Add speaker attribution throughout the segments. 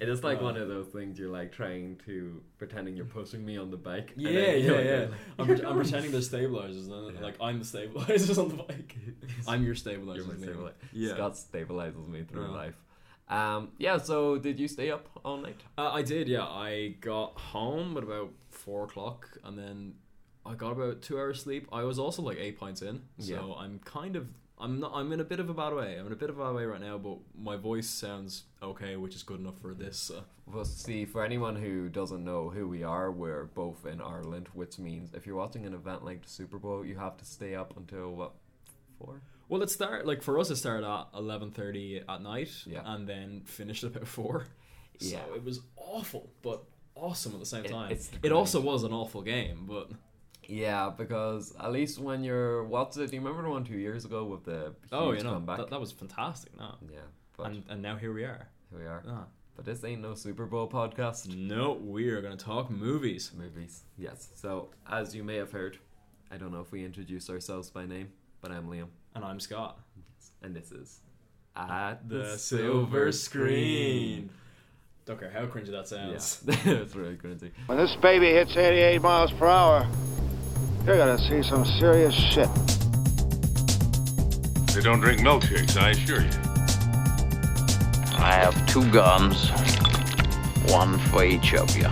Speaker 1: It is like
Speaker 2: Right.
Speaker 1: one of those things you're like trying to pretending you're pushing me on the bike. and
Speaker 2: Yeah,
Speaker 1: then
Speaker 2: yeah,
Speaker 1: you're like-
Speaker 2: yeah.
Speaker 1: you're like,
Speaker 2: I'm,
Speaker 1: "You're
Speaker 2: pret- I'm
Speaker 1: going."
Speaker 2: pretending they're stabilizers, and then
Speaker 1: Yeah.
Speaker 2: like I'm the stabilizers on the bike. I'm your
Speaker 1: You're
Speaker 2: stabilizers.
Speaker 1: my
Speaker 2: maybe.
Speaker 1: stabilizer.
Speaker 2: Yeah.
Speaker 1: Scott stabilizes me through
Speaker 2: Yeah.
Speaker 1: life. Um, yeah. So did you stay up all night?
Speaker 2: Uh, I did, yeah. I got home at about four o'clock, and then I got about two hours sleep. I was also like eight pints in, so
Speaker 1: Yeah.
Speaker 2: I'm kind of I'm not I'm in a bit of a bad way. I'm in a bit of a bad way right now, but my voice sounds okay, which is good enough for this. So.
Speaker 1: Well, see, for anyone who doesn't know who we are, we're both in Ireland, which means if you're watching an event like the Super Bowl, you have to stay up until what four?
Speaker 2: Well, it start like for us it started at eleven thirty at night,
Speaker 1: Yeah.
Speaker 2: and then finished about four.
Speaker 1: Yeah.
Speaker 2: So it was awful, but awesome at the same
Speaker 1: It-
Speaker 2: time.
Speaker 1: it's the
Speaker 2: it
Speaker 1: grind.
Speaker 2: also was an awful game, but
Speaker 1: Yeah, because at least when you're what's it? Do you remember the one two years ago with the huge
Speaker 2: oh, you know
Speaker 1: comeback?
Speaker 2: that, that was fantastic. No,
Speaker 1: yeah, but
Speaker 2: and and now here we are.
Speaker 1: here we are.
Speaker 2: Ah.
Speaker 1: But this ain't no Super Bowl podcast.
Speaker 2: No, we are going to talk movies.
Speaker 1: Movies, yes. So as you may have heard, I don't know if we introduced ourselves by name, but I'm Liam,
Speaker 2: And I'm Scott.
Speaker 1: and this is at
Speaker 2: Don't care how cringy that
Speaker 1: Yeah,
Speaker 2: sounds.
Speaker 1: it's really crazy.
Speaker 3: When this baby hits 88 miles per hour, you're gonna see some serious shit.
Speaker 4: They don't drink milkshakes, I assure you.
Speaker 5: I have two guns, one for each of you.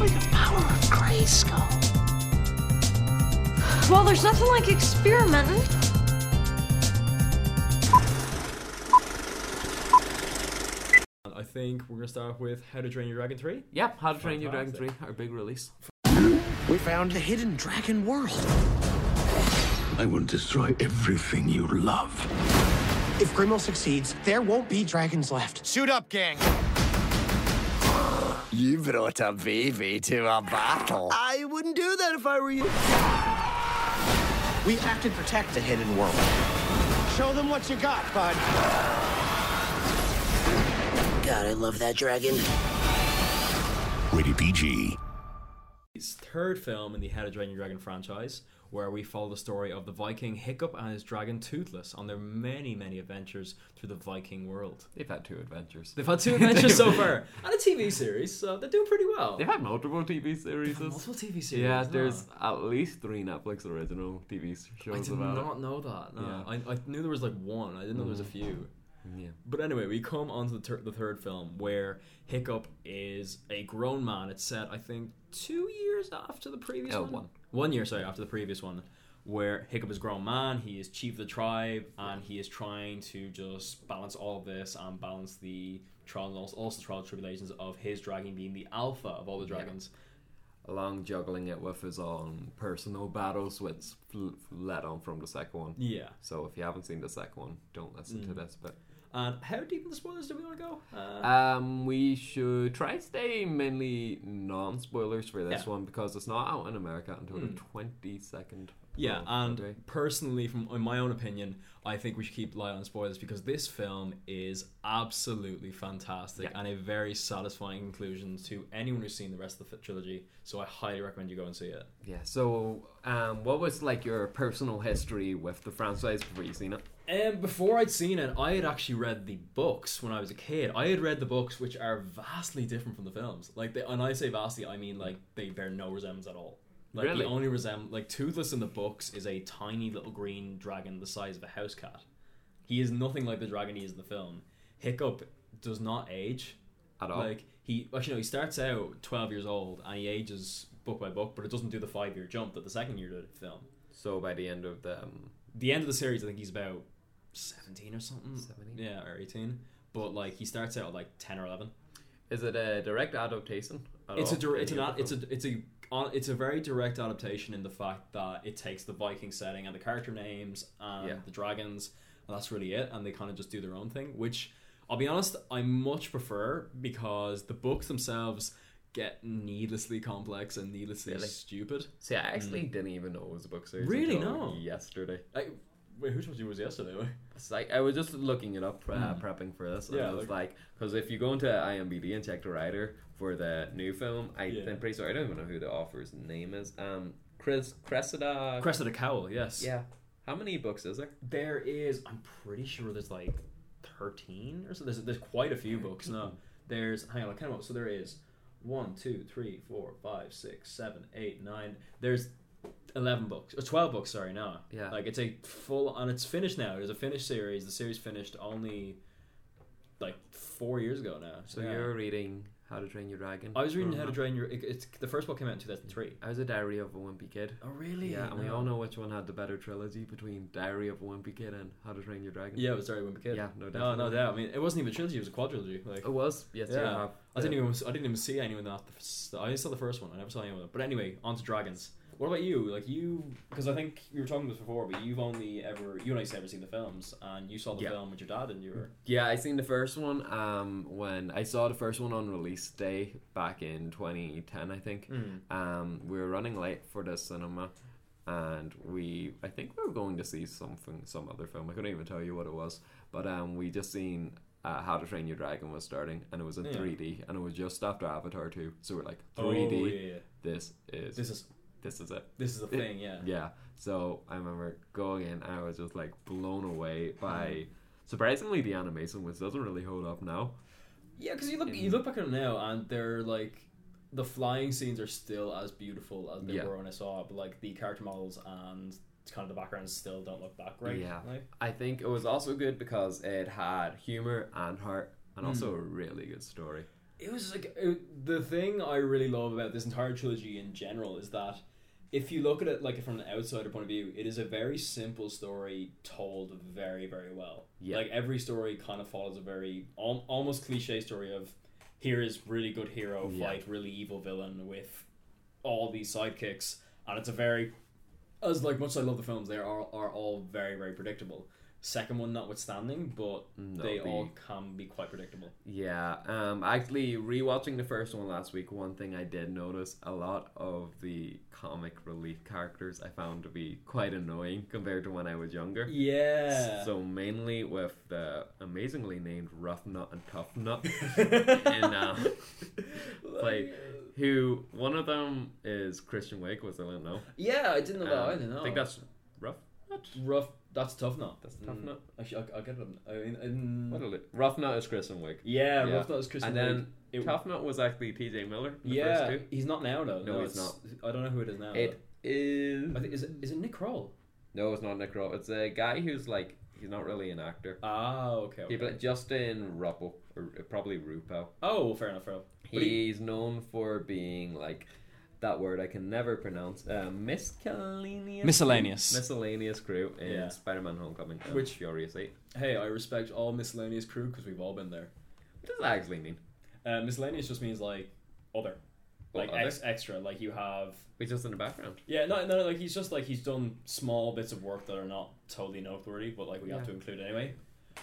Speaker 6: With the power of Grayskull.
Speaker 7: Well, there's nothing like experimenting.
Speaker 2: And I think we're going to start off with How to Drain Your Dragon 3.
Speaker 1: Yep, How to Train Your Dragon Three,
Speaker 2: Fantastic.
Speaker 1: our big release.
Speaker 8: We found a hidden dragon world.
Speaker 4: I will destroy everything you love.
Speaker 8: If Grimmel succeeds, there won't be dragons left. Suit up, gang. You brought a baby to a battle. I wouldn't do that if I were you. We have to protect the hidden world. Show them what you got, bud.
Speaker 6: God, I love that dragon.
Speaker 4: Rated PG.
Speaker 2: His third film in the How to Drain Your Dragon franchise, where we follow the story of the Viking Hiccup and his dragon Toothless on their many, many adventures through the Viking world.
Speaker 1: They've had two adventures.
Speaker 2: They've had two adventures so far, and a TV series, so they're doing pretty well.
Speaker 1: They've had multiple TV series.
Speaker 2: Multiple TV series.
Speaker 1: Yeah,
Speaker 2: no.
Speaker 1: there's at least three Netflix original TV
Speaker 2: I
Speaker 1: shows
Speaker 2: did
Speaker 1: about
Speaker 2: not
Speaker 1: it.
Speaker 2: know that. No,
Speaker 1: Yeah. Mm.
Speaker 2: I, I knew there was like one. I didn't know there was a few.
Speaker 1: Yeah.
Speaker 2: But anyway, we come onto the, ter- the third film where Hiccup is a grown man. It's set, I think, two years after the previous
Speaker 1: Oh,
Speaker 2: one.
Speaker 1: one.
Speaker 2: One year, sorry, after the previous one, where Hiccup is a grown man. He is chief of the tribe, and he is trying to just balance all of this and balance the trial and also, also trial and tribulations of his dragon being the alpha of all the dragons.
Speaker 1: Along juggling it with his own personal battles, which fl- led on from the second one.
Speaker 2: Yeah.
Speaker 1: So if you haven't seen the second one, don't listen to this. But
Speaker 2: And how deep in the spoilers do we want to go? Uh,
Speaker 1: um, we should try to stay mainly non spoilers for this
Speaker 2: Yeah. Hmm.
Speaker 1: one because it's not out in America until the twenty second.
Speaker 2: Yeah, uh, and personally, from in my own opinion, I think we should keep light on spoilers because this film is absolutely fantastic and a very satisfying conclusion to anyone who's seen the rest of the trilogy. So I highly recommend you go and see it.
Speaker 1: yeah. So um, what was like your personal history with the franchise before you seen it?
Speaker 2: Um, before I'd seen it, I had actually read the books when I was a kid. I had read the books, which are vastly different from the films. Like, they, and I say vastly, I mean like they bear no resemblance at all. Like
Speaker 1: Really?
Speaker 2: the only resemblance, like Toothless in the books, is a tiny little green dragon the size of a house cat. He is nothing like the dragon he is in the film. Hiccup does not age
Speaker 1: At all?
Speaker 2: Like he actually no, he starts out twelve years old and he ages book by book, but it doesn't do the five year jump that the second year did film.
Speaker 1: So by the end of the um,
Speaker 2: the end of the series, I think he's about seventeen or something.
Speaker 1: 17?
Speaker 2: Yeah, or eighteen. But like he starts out at like ten or eleven.
Speaker 1: Is it a direct adaptation? at
Speaker 2: It's a
Speaker 1: all?
Speaker 2: dir- it's
Speaker 1: Any
Speaker 2: an
Speaker 1: of
Speaker 2: ad-
Speaker 1: the
Speaker 2: it's
Speaker 1: films?
Speaker 2: a it's a on, it's a very direct adaptation in the fact that it takes the Viking setting and the character names and
Speaker 1: Yeah.
Speaker 2: the dragons, and that's really it. And they kind of just do their own thing, which I'll be honest, I much prefer because the books themselves get needlessly complex and needlessly
Speaker 1: Really?
Speaker 2: stupid.
Speaker 1: See, I actually didn't even know it was a book series.
Speaker 2: Hmm. Really?
Speaker 1: until
Speaker 2: No.
Speaker 1: Yesterday,
Speaker 2: Like, wait, who told you it was yesterday?
Speaker 1: it's like I was just looking it up, uh, prepping for this, and
Speaker 2: Yeah,
Speaker 1: I was
Speaker 2: like-
Speaker 1: like, because if you go into IMDb and check the writer for the new film, I,
Speaker 2: Yeah.
Speaker 1: I'm pretty sure I don't even know who the author's name is. Um, Chris Cressida.
Speaker 2: Cressida Cowell, yes.
Speaker 1: yeah. How many books is there?
Speaker 2: There is, I'm pretty sure there's like thirteen or so. There's there's quite a few books now. There's hang on, I kind of so there is one, two, three, four, five, six, seven, eight, nine. There's eleven books or twelve books. Sorry, now
Speaker 1: Yeah.
Speaker 2: like it's a full and it's finished now. There's a finished series. The series finished only like four years ago now.
Speaker 1: So
Speaker 2: Yeah.
Speaker 1: you're reading How to Train Your Dragon.
Speaker 2: I was reading How to
Speaker 1: Dragon.
Speaker 2: Drain Your. It, it's the first book came out in two thousand three.
Speaker 1: I was a Diary of a Wimpy Kid.
Speaker 2: Oh really?
Speaker 1: Yeah, and we all know which one had the better trilogy between Diary of a Wimpy Kid and How to Train Your Dragon.
Speaker 2: Yeah, it was Diary of a Wimpy Kid.
Speaker 1: Yeah, no,
Speaker 2: no, no
Speaker 1: definitely.
Speaker 2: doubt. I mean, it wasn't even a trilogy; it was a quadrilogy. Like,
Speaker 1: It was. Yes, you
Speaker 2: yeah,
Speaker 1: have.
Speaker 2: I
Speaker 1: the-
Speaker 2: didn't even I didn't even see anyone after. the f- I saw the first one. I never saw anyone. But anyway, on to dragons. What about you? Like you, because I think you were talking about this before, but you've only ever you and I's ever seen the films, and you saw the
Speaker 1: Yeah.
Speaker 2: film with your dad, and you were
Speaker 1: Yeah, I seen the first one um, when I saw the first one on release day back in 2010, I think.
Speaker 2: Hmm.
Speaker 1: Um, we were running late for the cinema, and we I think we were going to see something, some other film. I couldn't even tell you what it was, but um, we just seen uh, How to Train Your Dragon was starting, and it was in
Speaker 2: Yeah.
Speaker 1: 3D, and it was just after Avatar 2, so we're like,
Speaker 2: Oh,
Speaker 1: 3D,
Speaker 2: yeah, yeah.
Speaker 1: this is
Speaker 2: This is
Speaker 1: this is it.
Speaker 2: this is a
Speaker 1: It-
Speaker 2: thing, yeah.
Speaker 1: Yeah. So I remember going in, I was just like blown away by surprisingly the animation, which doesn't really hold up now.
Speaker 2: Yeah, because you look you look back at it now, and they're like the flying scenes are still as beautiful as they
Speaker 1: Yeah.
Speaker 2: were when I saw it, but like the character models and kind of the backgrounds still don't look that great.
Speaker 1: Yeah.
Speaker 2: like.
Speaker 1: I think it was also good because it had humor and heart, and also a really good story.
Speaker 2: it was like it, the thing I really love about this entire trilogy in general is that if you look at it like from an outsider point of view, it is a very simple story told very very well.
Speaker 1: Yeah.
Speaker 2: Like every story kind of follows a very al- almost cliche story of here is really good hero
Speaker 1: Yeah.
Speaker 2: fight really evil villain with all these sidekicks, and it's a very as like much as I love the films, they are are all very very predictable. Second one notwithstanding, but they
Speaker 1: the-
Speaker 2: all can be quite predictable.
Speaker 1: Yeah. Um. Actually, rewatching the first one last week, one thing I did notice a lot of the comic relief characters I found to be quite annoying compared to when I was younger.
Speaker 2: Yeah.
Speaker 1: So mainly with the amazingly named Rough Nut and Tough Nut, and uh, like who one of them is Christian Wake was I don't know.
Speaker 2: Yeah, I didn't know that.
Speaker 1: Um,
Speaker 2: Oh, I don't know. Hmm.
Speaker 1: I think that's Rough Nut.
Speaker 2: rough. That's tough nut.
Speaker 1: That's tough nut.
Speaker 2: Actually, I'll, I'll get it. on- I mean, um,
Speaker 1: What is it? Rough Nut is Christian Wake.
Speaker 2: yeah,
Speaker 1: Yeah.
Speaker 2: rough nut is Christian.
Speaker 1: and then
Speaker 2: Wake. It-
Speaker 1: Tough Nut was actually T.J. Miller. in The
Speaker 2: yeah,
Speaker 1: First two.
Speaker 2: he's not now though.
Speaker 1: No, he's
Speaker 2: it's- I don't know who it is now.
Speaker 1: It is.
Speaker 2: I think is it is it Nick Kroll?
Speaker 1: No, it's not Nick Rowe. It's a guy who's like he's not really an actor.
Speaker 2: Ah, okay.
Speaker 1: He
Speaker 2: okay.
Speaker 1: played Justin Ruppel or uh, probably Ruppel.
Speaker 2: oh, fair enough, fair enough. But he-
Speaker 1: He's known for being like that word I can never pronounce. Uh, miscellaneous.
Speaker 2: Miscellaneous.
Speaker 1: Miscellaneous crew in
Speaker 2: Yeah.
Speaker 1: Spider-Man: Homecoming. uh,
Speaker 2: Which-
Speaker 1: Furious Eight.
Speaker 2: hey, I respect all miscellaneous crew because we've all been there.
Speaker 1: What does that actually mean?
Speaker 2: Uh, miscellaneous just means like other,
Speaker 1: Well,
Speaker 2: like
Speaker 1: other?
Speaker 2: Ex- extra. Like you have
Speaker 1: We're just in the background.
Speaker 2: Yeah, no, no, like he's just like he's done small bits of work that are not totally noteworthy, but like we have to include anyway.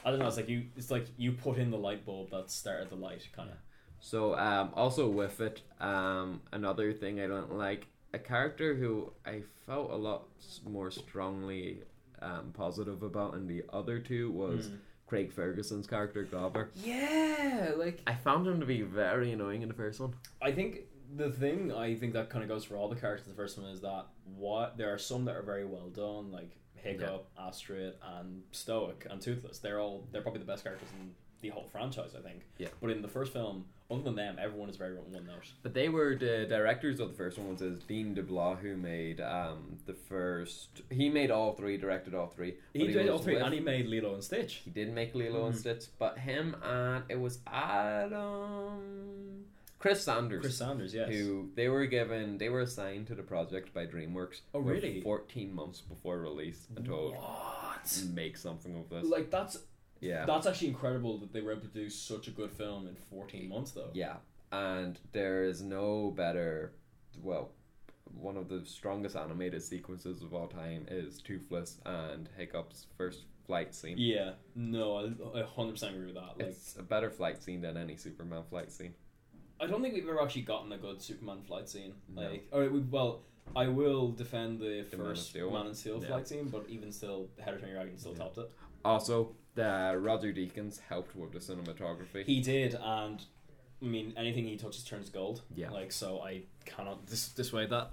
Speaker 2: I don't know. It's like you, it's like you put in the light bulb that started the light, kind of.
Speaker 1: So um, also with it, um, another thing I don't like a character who I felt a lot s- more strongly um, positive about in the other two was Craig Ferguson's character Gobber.
Speaker 2: Yeah, like
Speaker 1: I found him to be very annoying in the first one.
Speaker 2: I think the thing I think that kind of goes for all the characters. in The first one is that what there are some that are very well done, like Hiccup, Astrid, and Stoic, and Toothless. They're all they're probably the best characters in the whole franchise, I think.
Speaker 1: Yeah.
Speaker 2: But in the first film, other than them, everyone is very one note.
Speaker 1: But they were the directors of the first one. Was Dean DeBlah who made um, the first? He made all three, directed all three.
Speaker 2: He
Speaker 1: but
Speaker 2: did all
Speaker 1: was
Speaker 2: three,
Speaker 1: with-
Speaker 2: and he Mm-hmm. made Lilo and Stitch.
Speaker 1: He did make Lilo and Stitch, but him and it was Adam, Chris Sanders,
Speaker 2: Chris Sanders, yes.
Speaker 1: who they were given, they were assigned to the project by DreamWorks.
Speaker 2: Oh,
Speaker 1: for
Speaker 2: really?
Speaker 1: Fourteen months before release, and told make something of this.
Speaker 2: Like that's
Speaker 1: yeah,
Speaker 2: that's actually incredible that they were able to do such a good film in 14 months though.
Speaker 1: yeah, and there is no better. Well, one of the strongest animated sequences of all time is Toothless and Hiccup's first flight scene.
Speaker 2: Yeah. No, I, I 100% agree with that. Like
Speaker 1: It's a better flight scene than any Superman flight scene.
Speaker 2: I don't think we've ever actually gotten a good Superman flight scene. Like or we, well, I will defend the,
Speaker 1: Man of
Speaker 2: first Man
Speaker 1: Steel
Speaker 2: and
Speaker 1: one.
Speaker 2: Steel flight scene, but even still Heather Turner Dragon still topped it.
Speaker 1: Also, the Roger Deakins helped with the cinematography.
Speaker 2: He did and I mean anything he touches turns gold.
Speaker 1: Yeah.
Speaker 2: Like so I cannot dis- dissuade that.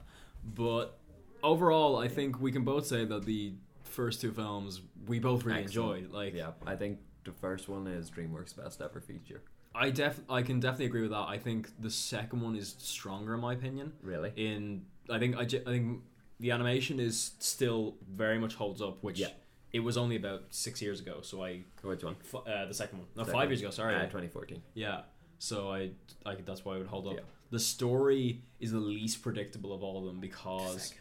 Speaker 2: But overall, I think we can both say that the first two films we both really
Speaker 1: Excellent.
Speaker 2: enjoyed. Like
Speaker 1: yeah, I think the first one is DreamWorks' best ever feature.
Speaker 2: I def I can definitely agree with that. I think the second one is stronger in my opinion.
Speaker 1: Really?
Speaker 2: In I think I, ju- I think the animation is still very much holds up, which
Speaker 1: Yeah.
Speaker 2: it was only about six years ago. So I
Speaker 1: Which one?
Speaker 2: f- uh, the second one, no,
Speaker 1: Second
Speaker 2: five
Speaker 1: one.
Speaker 2: years ago. Sorry,
Speaker 1: Uh, 2014.
Speaker 2: yeah. So I I could- that's why I would hold up.
Speaker 1: Yeah.
Speaker 2: The story is the least predictable of all of them because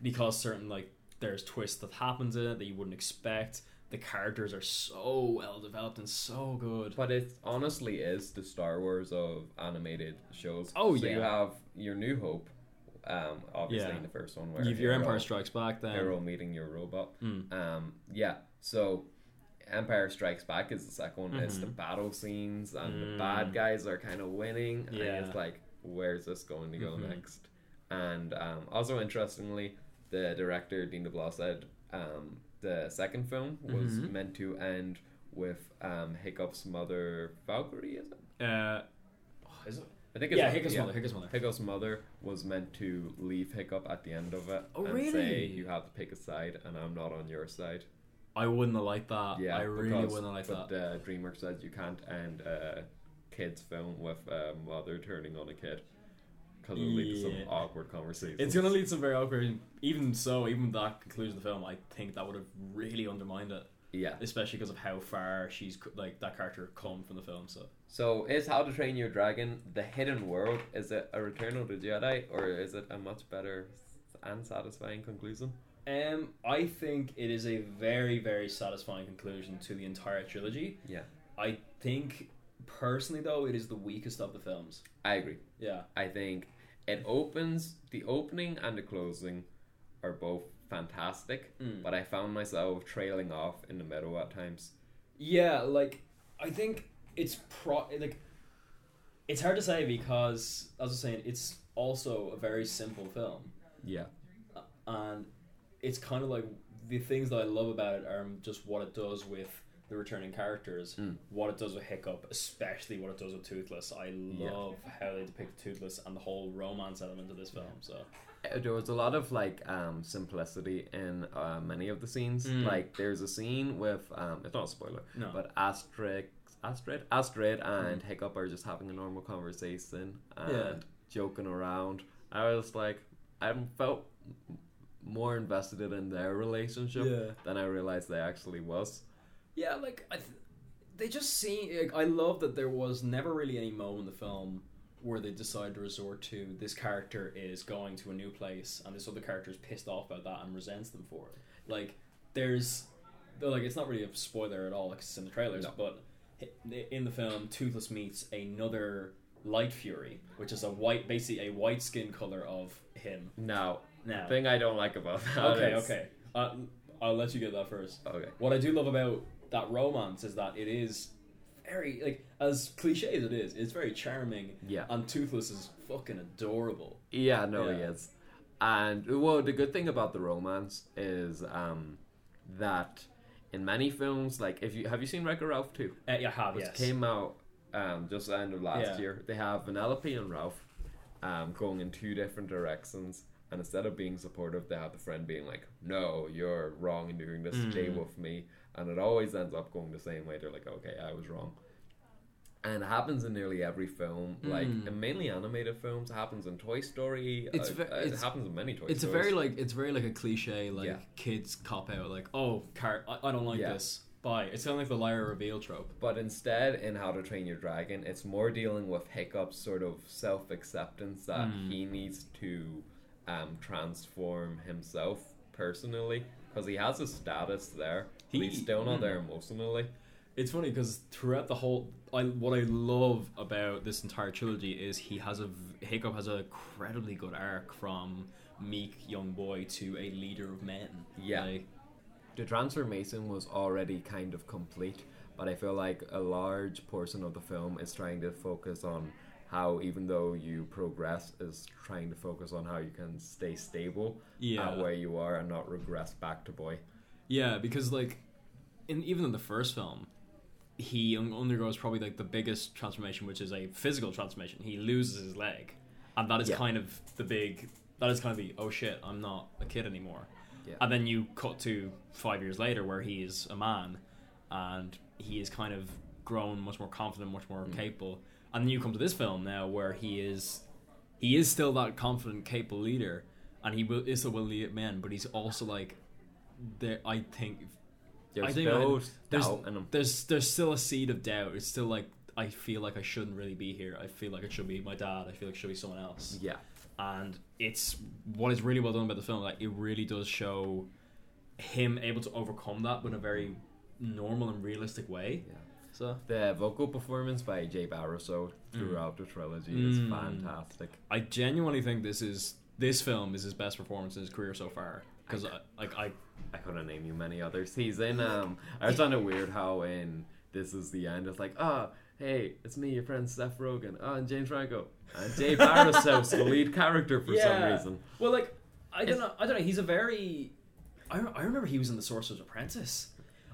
Speaker 2: because certain like there's twists that happens in it that you wouldn't expect. The characters are so well developed and so good.
Speaker 1: But it honestly is the Star Wars of animated shows.
Speaker 2: Oh,
Speaker 1: so
Speaker 2: yeah.
Speaker 1: you have your New Hope, um, obviously
Speaker 2: Yeah.
Speaker 1: in the first one where uh,
Speaker 2: You've your
Speaker 1: Hera-
Speaker 2: Empire Strikes Back then.
Speaker 1: Arrow meeting your robot. Um, yeah. So Empire Strikes Back is the second one. It's the battle scenes and the bad guys are kind of winning. And
Speaker 2: Yeah.
Speaker 1: it's like, where's this going to go next? And um, also interestingly, the director Dean DeBlas said um, the second film was meant to end with um, Hiccup's mother Valkyrie. Is it?
Speaker 2: Uh, oh, is it?
Speaker 1: I think it's
Speaker 2: Yeah, Hiccup's mother. Hiccup's mother.
Speaker 1: Hiccup's mother was meant to leave Hiccup at the end of it
Speaker 2: Oh,
Speaker 1: and
Speaker 2: really?
Speaker 1: say you have to pick a side, and I'm not on your side.
Speaker 2: I wouldn't have liked that.
Speaker 1: Yeah,
Speaker 2: I really
Speaker 1: because-
Speaker 2: wouldn't have liked
Speaker 1: but,
Speaker 2: that.
Speaker 1: Uh, DreamWorks says you can't end a kids film with a mother turning on a kid because it'll lead to
Speaker 2: Yeah.
Speaker 1: some awkward conversations.
Speaker 2: It's gonna lead to very awkward. Even so, even with that conclusion of the film, I think that would have really undermined it,
Speaker 1: yeah.
Speaker 2: especially because of how far she's c- like that character come from the film. So
Speaker 1: So is How to Train Your Dragon: The Hidden World? Is it a Return of the Jedi, or is it a much better and satisfying conclusion?
Speaker 2: Um, I think it is a very, very satisfying conclusion to the entire trilogy.
Speaker 1: Yeah,
Speaker 2: I think, personally, though, it is the weakest of the films.
Speaker 1: I agree.
Speaker 2: Yeah.
Speaker 1: I think it opens the opening and the closing are both fantastic, but I found myself trailing off in the middle at times.
Speaker 2: Yeah, like, I think it's pro. Like, it's hard to say because, as I was saying, it's also a very simple film.
Speaker 1: Yeah.
Speaker 2: And it's kind of like the things that I love about it are just what it does with the returning characters, what it does with Hiccup, especially what it does with Toothless. I love how they depict Toothless and the whole romance element of this film. So
Speaker 1: Uh, There was a lot of like um, simplicity in uh, many of the scenes. Like there's a scene with um, it's not a spoiler,
Speaker 2: Hmm. No. Hmm.
Speaker 1: but Astrid, Astrid, Astrid, and Hiccup are just having a normal conversation and
Speaker 2: Yeah.
Speaker 1: joking around. I was like, I felt m- more invested in their relationship
Speaker 2: Yeah.
Speaker 1: than I realized they actually was.
Speaker 2: yeah, like I, th- they just seem. Like, I love that there was never really any moment in the film where they decide to resort to this character is going to a new place and this other character is pissed off about that and resents them for it. Like there's, though, like it's not really a spoiler at all because it's in the trailers, but hi- in the film, Toothless meets another Light Fury, which is a white, basically a white skin color of him.
Speaker 1: Now,
Speaker 2: Now,
Speaker 1: thing I don't like about that.
Speaker 2: Okay,
Speaker 1: is-
Speaker 2: okay. Uh, I'll let you get that first.
Speaker 1: Okay.
Speaker 2: What I do love about that romance is that it is very like as cliche as it is, it's very charming.
Speaker 1: Yeah.
Speaker 2: And Toothless is fucking adorable.
Speaker 1: Yeah, no, he
Speaker 2: Yeah.
Speaker 1: is. And well, the good thing about the romance is um, that in many films, like if you have you seen Wreck-It Ralph two,
Speaker 2: Uh, yeah, I have
Speaker 1: which
Speaker 2: yes.
Speaker 1: came out um, just the end of last
Speaker 2: Yeah.
Speaker 1: year, they have Vanellope and Ralph um, going in two different directions. And instead of being supportive, they have the friend being like, "No, you're wrong in doing this. Stay
Speaker 2: Mm.
Speaker 1: with me." And it always ends up going the same way. They're like, "Okay, I was wrong." and it happens in nearly every film, like and mainly animated films. It happens in Toy Story.
Speaker 2: Mm. It's
Speaker 1: uh,
Speaker 2: ve-
Speaker 1: uh,
Speaker 2: it's-
Speaker 1: it happens in many Toy
Speaker 2: it's a
Speaker 1: Stories.
Speaker 2: very like it's very like a cliche like
Speaker 1: Yeah.
Speaker 2: kids cop out like oh car- I, I don't like
Speaker 1: Yeah.
Speaker 2: this bye it's kind of like the liar reveal trope
Speaker 1: But instead, in How to Train Your Dragon, it's more dealing with Hiccup's sort of self acceptance that
Speaker 2: Hmm.
Speaker 1: he needs to um, transform himself personally because he has a status there, but
Speaker 2: He- Hmm.
Speaker 1: he's still not there emotionally.
Speaker 2: it's funny because throughout the whole I, what I love about this entire trilogy is he has a v- Hiccup has an incredibly good arc from meek young boy to a leader of men
Speaker 1: Yeah.
Speaker 2: Like,
Speaker 1: The transformation was already kind of complete, but I feel like a large portion of the film is trying to focus on how, even though you progress, is trying to focus on how you can stay stable
Speaker 2: Yeah.
Speaker 1: at where you are and not regress back to boy.
Speaker 2: yeah because like in even in the first film he un- undergoes probably like the biggest transformation which is a physical transformation he loses his leg and that is
Speaker 1: Yeah.
Speaker 2: kind of the big that is kind of the oh shit I'm not a kid anymore
Speaker 1: Yeah.
Speaker 2: and then you cut to five years later where he is a man and he is kind of grown much more confident, much more
Speaker 1: Mm.
Speaker 2: capable. And then you come to this film now where he is he is still that confident, capable leader, and he will, is still willing to lead men, but he's also like there. I think
Speaker 1: There's
Speaker 2: I think
Speaker 1: no
Speaker 2: I- there's,
Speaker 1: doubt in him.
Speaker 2: there's there's still a seed of doubt. It's still like I feel like I shouldn't really be here. I feel like it should be my dad. I feel like it should be someone else
Speaker 1: Yeah.
Speaker 2: and it's what is really well done about the film. Like it really does show him able to overcome that in a very normal and realistic way.
Speaker 1: Yeah.
Speaker 2: So
Speaker 1: The vocal performance by Jay Baruchel throughout the trilogy is fantastic.
Speaker 2: I genuinely think this is this film is his best performance in his career so far. Because I, like I
Speaker 1: I couldn't name you many others. He's in um I was on a weird how in This Is the End it's like, oh hey, it's me, your friend Seth Rogen. Oh and James Franco. And Jay Baruchel's the lead character for some reason.
Speaker 2: Well, like I don't know. I don't know. He's a very. I, re- I remember he was in The Sorcerer's Apprentice.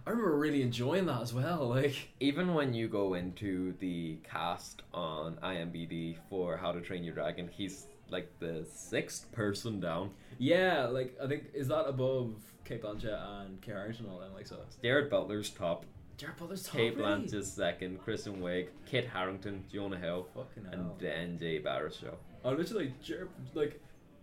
Speaker 2: I remember really enjoying that as well. Like
Speaker 1: Even when you go into the cast on IMBD for How to Train Your Dragon, he's like the sixth person down.
Speaker 2: yeah, like I think is that above Kate Blanchett and Kate Harrington and all them like so.
Speaker 1: Jared Butler's top,
Speaker 2: Jared Butler's top.
Speaker 1: Kate
Speaker 2: really?
Speaker 1: Blanchett's second, Kristen Wiig, Kit Harrington, Jonah Hill,
Speaker 2: Fucking
Speaker 1: and
Speaker 2: hell.
Speaker 1: then Jay Baruchel.
Speaker 2: I literally Jer- like,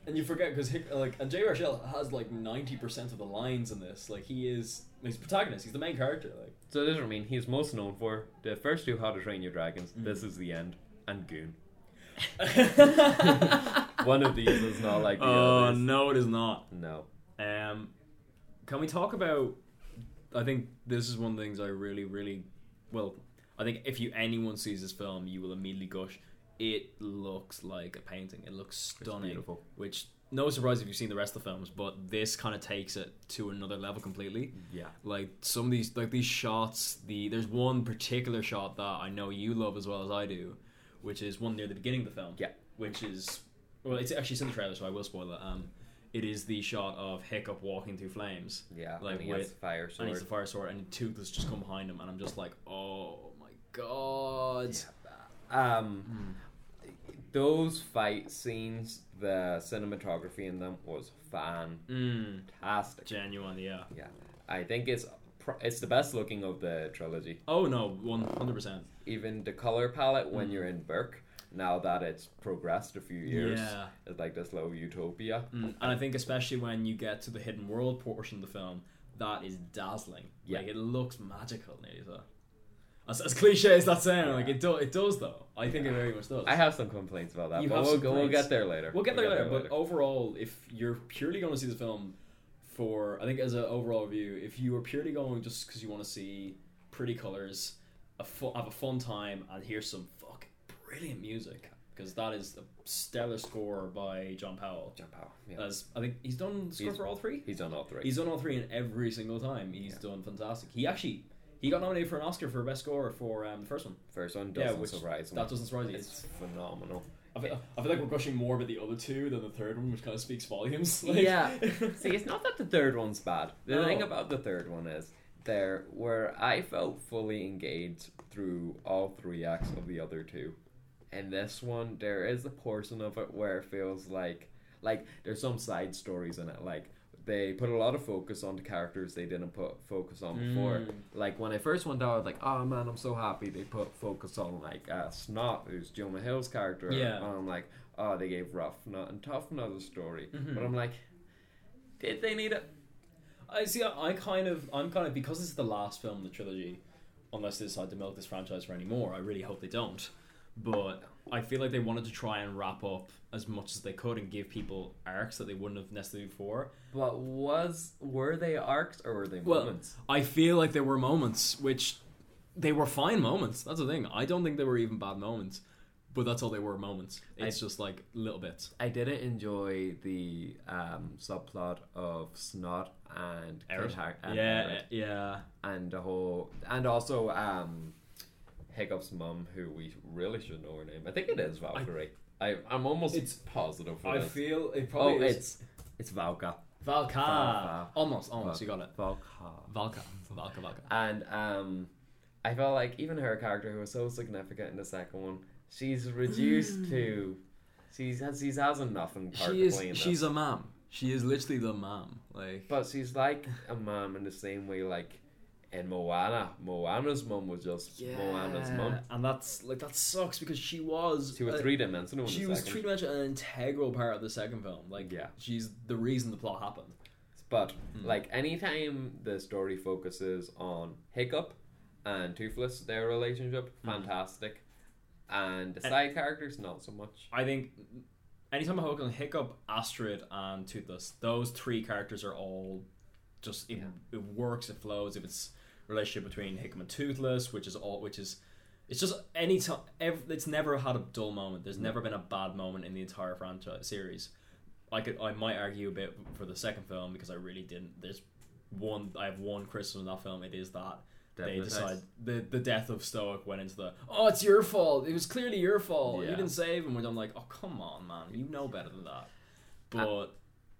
Speaker 2: and you forget because like and Jay Rochelle has like ninety percent of the lines in this. Like he is he's the protagonist. He's the main character. Like
Speaker 1: So this is what I mean. He's most known for the first two How to Train Your Dragons,
Speaker 2: Mm.
Speaker 1: This Is the End, and Goon. One of these is not like the others.
Speaker 2: Oh, no, it is not.
Speaker 1: No.
Speaker 2: Um, can we talk about? I think this is one of the things I really, really, well, I think if you anyone sees this film, you will immediately gush. It looks like a painting. It looks stunning.
Speaker 1: beautiful.
Speaker 2: Which no surprise if you've seen the rest of the films, but this kind of takes it to another level completely.
Speaker 1: Yeah.
Speaker 2: Like some of these, like these shots. The there's one particular shot that I know you love as well as I do, which is one near the beginning of the film.
Speaker 1: Yeah.
Speaker 2: Which is well, it's actually it's in the trailer, so I will spoil it. Um, it is the shot of Hiccup walking through flames.
Speaker 1: Yeah.
Speaker 2: Like
Speaker 1: and he has
Speaker 2: with
Speaker 1: fire
Speaker 2: and
Speaker 1: sword.
Speaker 2: he's the fire sword, and Tooth has just come behind him, and I'm just like, oh my god.
Speaker 1: Um,
Speaker 2: Hmm.
Speaker 1: those fight scenes, the cinematography in them was fantastic.
Speaker 2: Genuine, yeah.
Speaker 1: Yeah, I think it's pr- it's the best looking of the trilogy.
Speaker 2: Oh no, one hundred percent.
Speaker 1: Even the color palette when
Speaker 2: Mm.
Speaker 1: you're in Burke. Now that it's progressed a few years,
Speaker 2: Yeah. Mm.
Speaker 1: it's like this little utopia.
Speaker 2: And I think especially when you get to the hidden world portion of the film, that is dazzling.
Speaker 1: Yeah.
Speaker 2: Like it looks magical, nearly so. As, as cliche as that sounds, like it does. It does though. I think it very much does.
Speaker 1: I have some complaints about that,
Speaker 2: You
Speaker 1: but
Speaker 2: have
Speaker 1: we'll,
Speaker 2: some
Speaker 1: go, we'll
Speaker 2: complaints.
Speaker 1: get there later.
Speaker 2: We'll get there later, but overall, if you're purely going to see the film for, I think as an overall review, if you are purely going just because you want to see pretty colors, a fu- have a fun time, and hear some fucking brilliant music, because that is a stellar score by John Powell.
Speaker 1: John Powell, yeah.
Speaker 2: As I think he's done the score
Speaker 1: He's-
Speaker 2: for all three.
Speaker 1: he's on all three.
Speaker 2: Oh, uh, He's done all three, and every single time he's done fantastic. He actually he got nominated for an Oscar for best score for um, the first one.
Speaker 1: First one
Speaker 2: Yeah,
Speaker 1: doesn't
Speaker 2: which-
Speaker 1: surprise me.
Speaker 2: that doesn't surprise me.
Speaker 1: It's phenomenal.
Speaker 2: I feel, I feel like we're gushing more about the other two than the third one, which kind of speaks volumes. Like,
Speaker 1: Yeah. See, it's not that the third one's bad. The
Speaker 2: No.
Speaker 1: thing about the third one is there where I felt fully engaged through all three acts of the other two. And this one, there is a portion of it where it feels like like there's some side stories in it. Like they put a lot of focus on the characters they didn't put focus on before.
Speaker 2: Mm.
Speaker 1: Like when I first went out, I was like, "Oh man, I'm so happy they put focus on like uh, Snot, who's Jonah Hill's character."
Speaker 2: Yeah.
Speaker 1: And I'm like, "Oh, they gave Rough Nut and Tough Nut a story,"
Speaker 2: Mm-hmm.
Speaker 1: but I'm like, did they need it?
Speaker 2: I see. I kind of, I'm kind of because this is the last film in the trilogy. Unless they decide to milk this franchise for any more, I really hope they don't. But I feel like they wanted to try and wrap up as much as they could and give people arcs that they wouldn't have necessarily before.
Speaker 1: But was were they arcs or were they moments?
Speaker 2: I feel like there were moments which they were fine moments. That's the thing. I don't think they were even bad moments, but that's all they were moments. It's just like little bits.
Speaker 1: I didn't enjoy the um, subplot of Snot and Kid Har- and
Speaker 2: yeah,
Speaker 1: Herod
Speaker 2: yeah.
Speaker 1: and the whole and also um, Hiccup's mum, who we really should know her name. I think it is Valkyrie. I, I am almost
Speaker 2: It's-
Speaker 1: positive. it is.
Speaker 2: feel it
Speaker 1: oh, it's it's Valka.
Speaker 2: Valka.
Speaker 1: Valka.
Speaker 2: Almost, almost. You got it.
Speaker 1: Valka.
Speaker 2: Valka. Valka, Valka.
Speaker 1: And um, I felt like even her character, who was so significant in the second one, she's reduced to. She's she's has a nothing part
Speaker 2: Hmm. She
Speaker 1: to play in this.
Speaker 2: is. She's a mom. She is literally the mom. Like
Speaker 1: but she's like a mom in the same way like in Moana, Moana's mum was just Moana's mum.
Speaker 2: uh, and that's like that sucks because she was
Speaker 1: She was
Speaker 2: uh,
Speaker 1: three dimensional.
Speaker 2: She was three dimensional, an integral part of the second film. Like,
Speaker 1: Yeah.
Speaker 2: she's the reason the plot happened.
Speaker 1: But like anytime the story focuses on Hiccup and Toothless, their relationship, fantastic. And the side characters, not so much.
Speaker 2: I think anytime I hook on Hiccup, Astrid, and Toothless, those three characters are all just it, it works, it flows. If it's relationship between Hiccup and Toothless, which is all, which is it's just any time it's never had a dull moment. There's never been a bad moment in the entire franchise series. I could I might argue a bit for the second film because I really didn't. There's one I have one criticism of that film. It is that. They
Speaker 1: Definitely.
Speaker 2: decide the the death of Stoic went into the oh it's your fault it was clearly your fault you
Speaker 1: Yeah.
Speaker 2: didn't save him which I'm like oh come on man you know better than that but